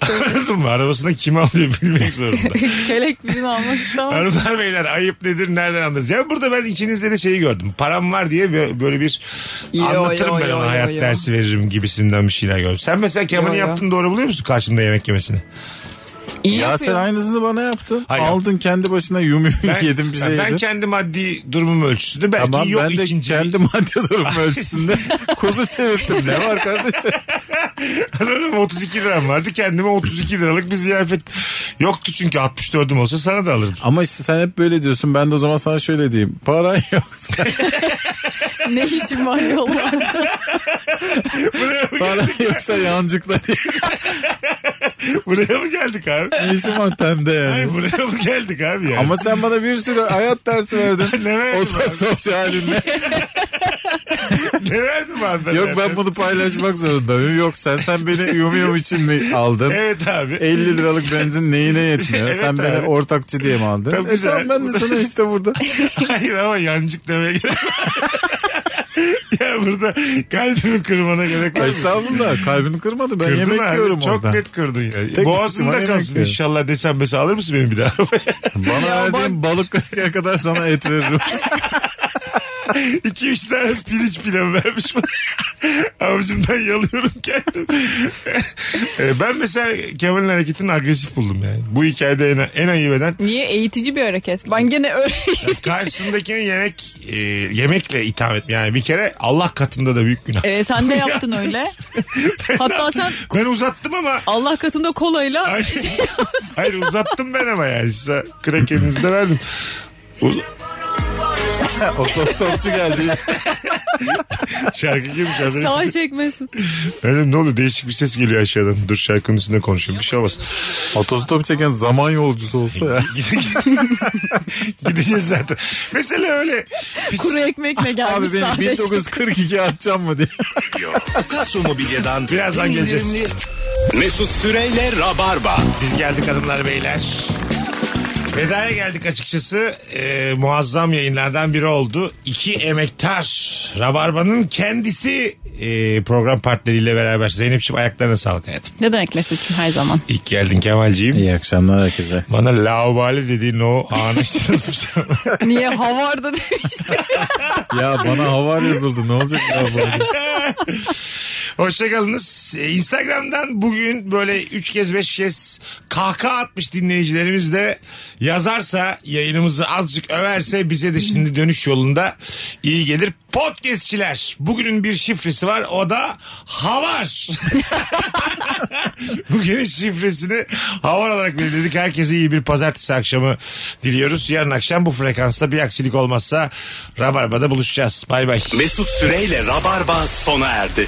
[SPEAKER 3] Anladın mı? Arabasını kim alıyor bilmek zorunda.
[SPEAKER 4] Kelek birini almak istemez.
[SPEAKER 3] Hanımlar beyler ayıp nedir nereden anlarız? Ya burada ben ikinizde de şeyi gördüm. Param var diye bö- böyle bir
[SPEAKER 4] Yo,
[SPEAKER 3] anlatırım
[SPEAKER 4] yo,
[SPEAKER 3] ben
[SPEAKER 4] yo,
[SPEAKER 3] ona
[SPEAKER 4] yo,
[SPEAKER 3] hayat
[SPEAKER 4] yo.
[SPEAKER 3] dersi veririm gibisinden bir şeyler gördüm. Sen mesela Kemal'in
[SPEAKER 4] Yo, yo.
[SPEAKER 3] yaptığını doğru buluyor musun karşımda yemek yemesini?
[SPEAKER 4] İyi
[SPEAKER 5] ya sen
[SPEAKER 4] yapıyor.
[SPEAKER 5] aynısını bana yaptın.
[SPEAKER 3] Hayır.
[SPEAKER 5] Aldın kendi başına yum yum
[SPEAKER 3] Ben,
[SPEAKER 5] yedin bir şey yedin.
[SPEAKER 3] ben kendi maddi durumum ölçüsünde belki
[SPEAKER 5] Tamam
[SPEAKER 3] yok
[SPEAKER 5] ben de
[SPEAKER 3] ikinci.
[SPEAKER 5] kendi maddi durum ölçüsünde kuzu çevirttim. Ne var kardeşim?
[SPEAKER 3] Anladın mı? 32 liram vardı kendime 32 liralık bir ziyafet yoktu çünkü 64'üm olsa sana da alırdım.
[SPEAKER 5] Ama işte sen hep böyle diyorsun. Ben de o zaman sana şöyle diyeyim. Paran yok.
[SPEAKER 4] ne işin var yollarda?
[SPEAKER 3] Buraya mı,
[SPEAKER 5] Paran yoksa yancıkla diye.
[SPEAKER 3] buraya mı geldik abi?
[SPEAKER 5] Ne işin var temde yani.
[SPEAKER 3] Hayır buraya mı geldik abi ya?
[SPEAKER 5] Ama sen bana bir sürü hayat dersi verdin.
[SPEAKER 3] Ne verdim
[SPEAKER 5] Otostopçu halinde.
[SPEAKER 3] Ne verdim abi ben?
[SPEAKER 5] Yok ben bunu paylaşmak zorundayım. Yok sen sen beni yum yum için mi aldın?
[SPEAKER 3] Evet abi.
[SPEAKER 5] 50 liralık benzin neyine yetmiyor?
[SPEAKER 3] Evet
[SPEAKER 5] sen beni
[SPEAKER 3] abi.
[SPEAKER 5] ortakçı diye mi aldın?
[SPEAKER 3] Tabii
[SPEAKER 5] e
[SPEAKER 3] güzel.
[SPEAKER 5] tamam ben de sana işte burada.
[SPEAKER 3] Hayır ama yancık demeye gerek Ya burada kalbimi kırmana gerek var.
[SPEAKER 5] Estağfurullah kalbini kırmadı. Ben
[SPEAKER 3] Kırdın
[SPEAKER 5] E, yemek
[SPEAKER 3] abi,
[SPEAKER 5] yiyorum
[SPEAKER 3] Çok
[SPEAKER 5] orada.
[SPEAKER 3] net kırdın ya.
[SPEAKER 5] Tek ihtimal
[SPEAKER 3] Boğazımda
[SPEAKER 5] yemek
[SPEAKER 3] kalsın
[SPEAKER 5] yiyorum.
[SPEAKER 3] inşallah desem mesela alır mısın beni bir daha?
[SPEAKER 5] Bana verdiğin balık kırkaya kadar sana et veririm.
[SPEAKER 3] İki üç tane pirinç pilav vermiş bana. Avucumdan yalıyorum kendim. Ee, ben mesela Kemal'in hareketini agresif buldum yani. Bu hikayede en, en ayıp eden
[SPEAKER 4] Niye eğitici bir hareket? Ben gene öyle
[SPEAKER 3] karşısındakini yemek e, yemekle itham etme. Yani bir kere Allah katında da büyük günah.
[SPEAKER 4] Ee, sen de yaptın öyle. Hatta sen
[SPEAKER 3] Ben uzattım ama
[SPEAKER 4] Allah katında kolayla şey
[SPEAKER 3] Hayır. Hayır uzattım ben ama yani size krakeninizi de verdim. Uz-
[SPEAKER 5] Otostopçu geldi.
[SPEAKER 3] şarkı gibi
[SPEAKER 4] sağ
[SPEAKER 3] şarkı.
[SPEAKER 4] çekmesin.
[SPEAKER 3] Benim ne oldu değişik bir ses geliyor aşağıdan. Dur şarkının üstünde konuşayım bir şey olmaz.
[SPEAKER 5] Otostop çeken zaman yolcusu olsa ya.
[SPEAKER 3] Gideceğiz zaten. Mesela öyle pis-
[SPEAKER 4] Kuru ekmekle gelmiş
[SPEAKER 5] Abi beni
[SPEAKER 4] sahte.
[SPEAKER 5] 1942 atacağım mı diye.
[SPEAKER 2] Kasu Mobilya'dan
[SPEAKER 3] Birazdan
[SPEAKER 2] indirimli
[SPEAKER 3] geleceğiz.
[SPEAKER 2] Mesut Süreyle Rabarba.
[SPEAKER 3] Biz geldik hanımlar beyler. Veda'ya geldik açıkçası. Ee, muazzam yayınlardan biri oldu. İki emektar. Rabarba'nın kendisi e, program partneriyle beraber. Zeynep'ciğim ayaklarına sağlık hayatım.
[SPEAKER 4] Ne demek Mesut'cum her zaman?
[SPEAKER 3] İlk geldin Kemal'ciğim.
[SPEAKER 5] İyi akşamlar herkese.
[SPEAKER 3] Bana laubali dediğin o anı hiç unutmayacağım.
[SPEAKER 4] Niye havarda demişti.
[SPEAKER 5] Ya bana havar yazıldı ne olacak ya bu?
[SPEAKER 3] Hoşçakalınız. Ee, Instagram'dan bugün böyle 3 kez 5 kez kahkaha atmış dinleyicilerimiz de yazarsa yayınımızı azıcık överse bize de şimdi dönüş yolunda iyi gelir. Podcastçiler bugünün bir şifresi var o da havar. Bugünün şifresini havar olarak belirledik. Herkese iyi bir pazartesi akşamı diliyoruz. Yarın akşam bu frekansta bir aksilik olmazsa Rabarba'da buluşacağız. Bay bay.
[SPEAKER 2] Mesut Süreyle Rabarba sona erdi.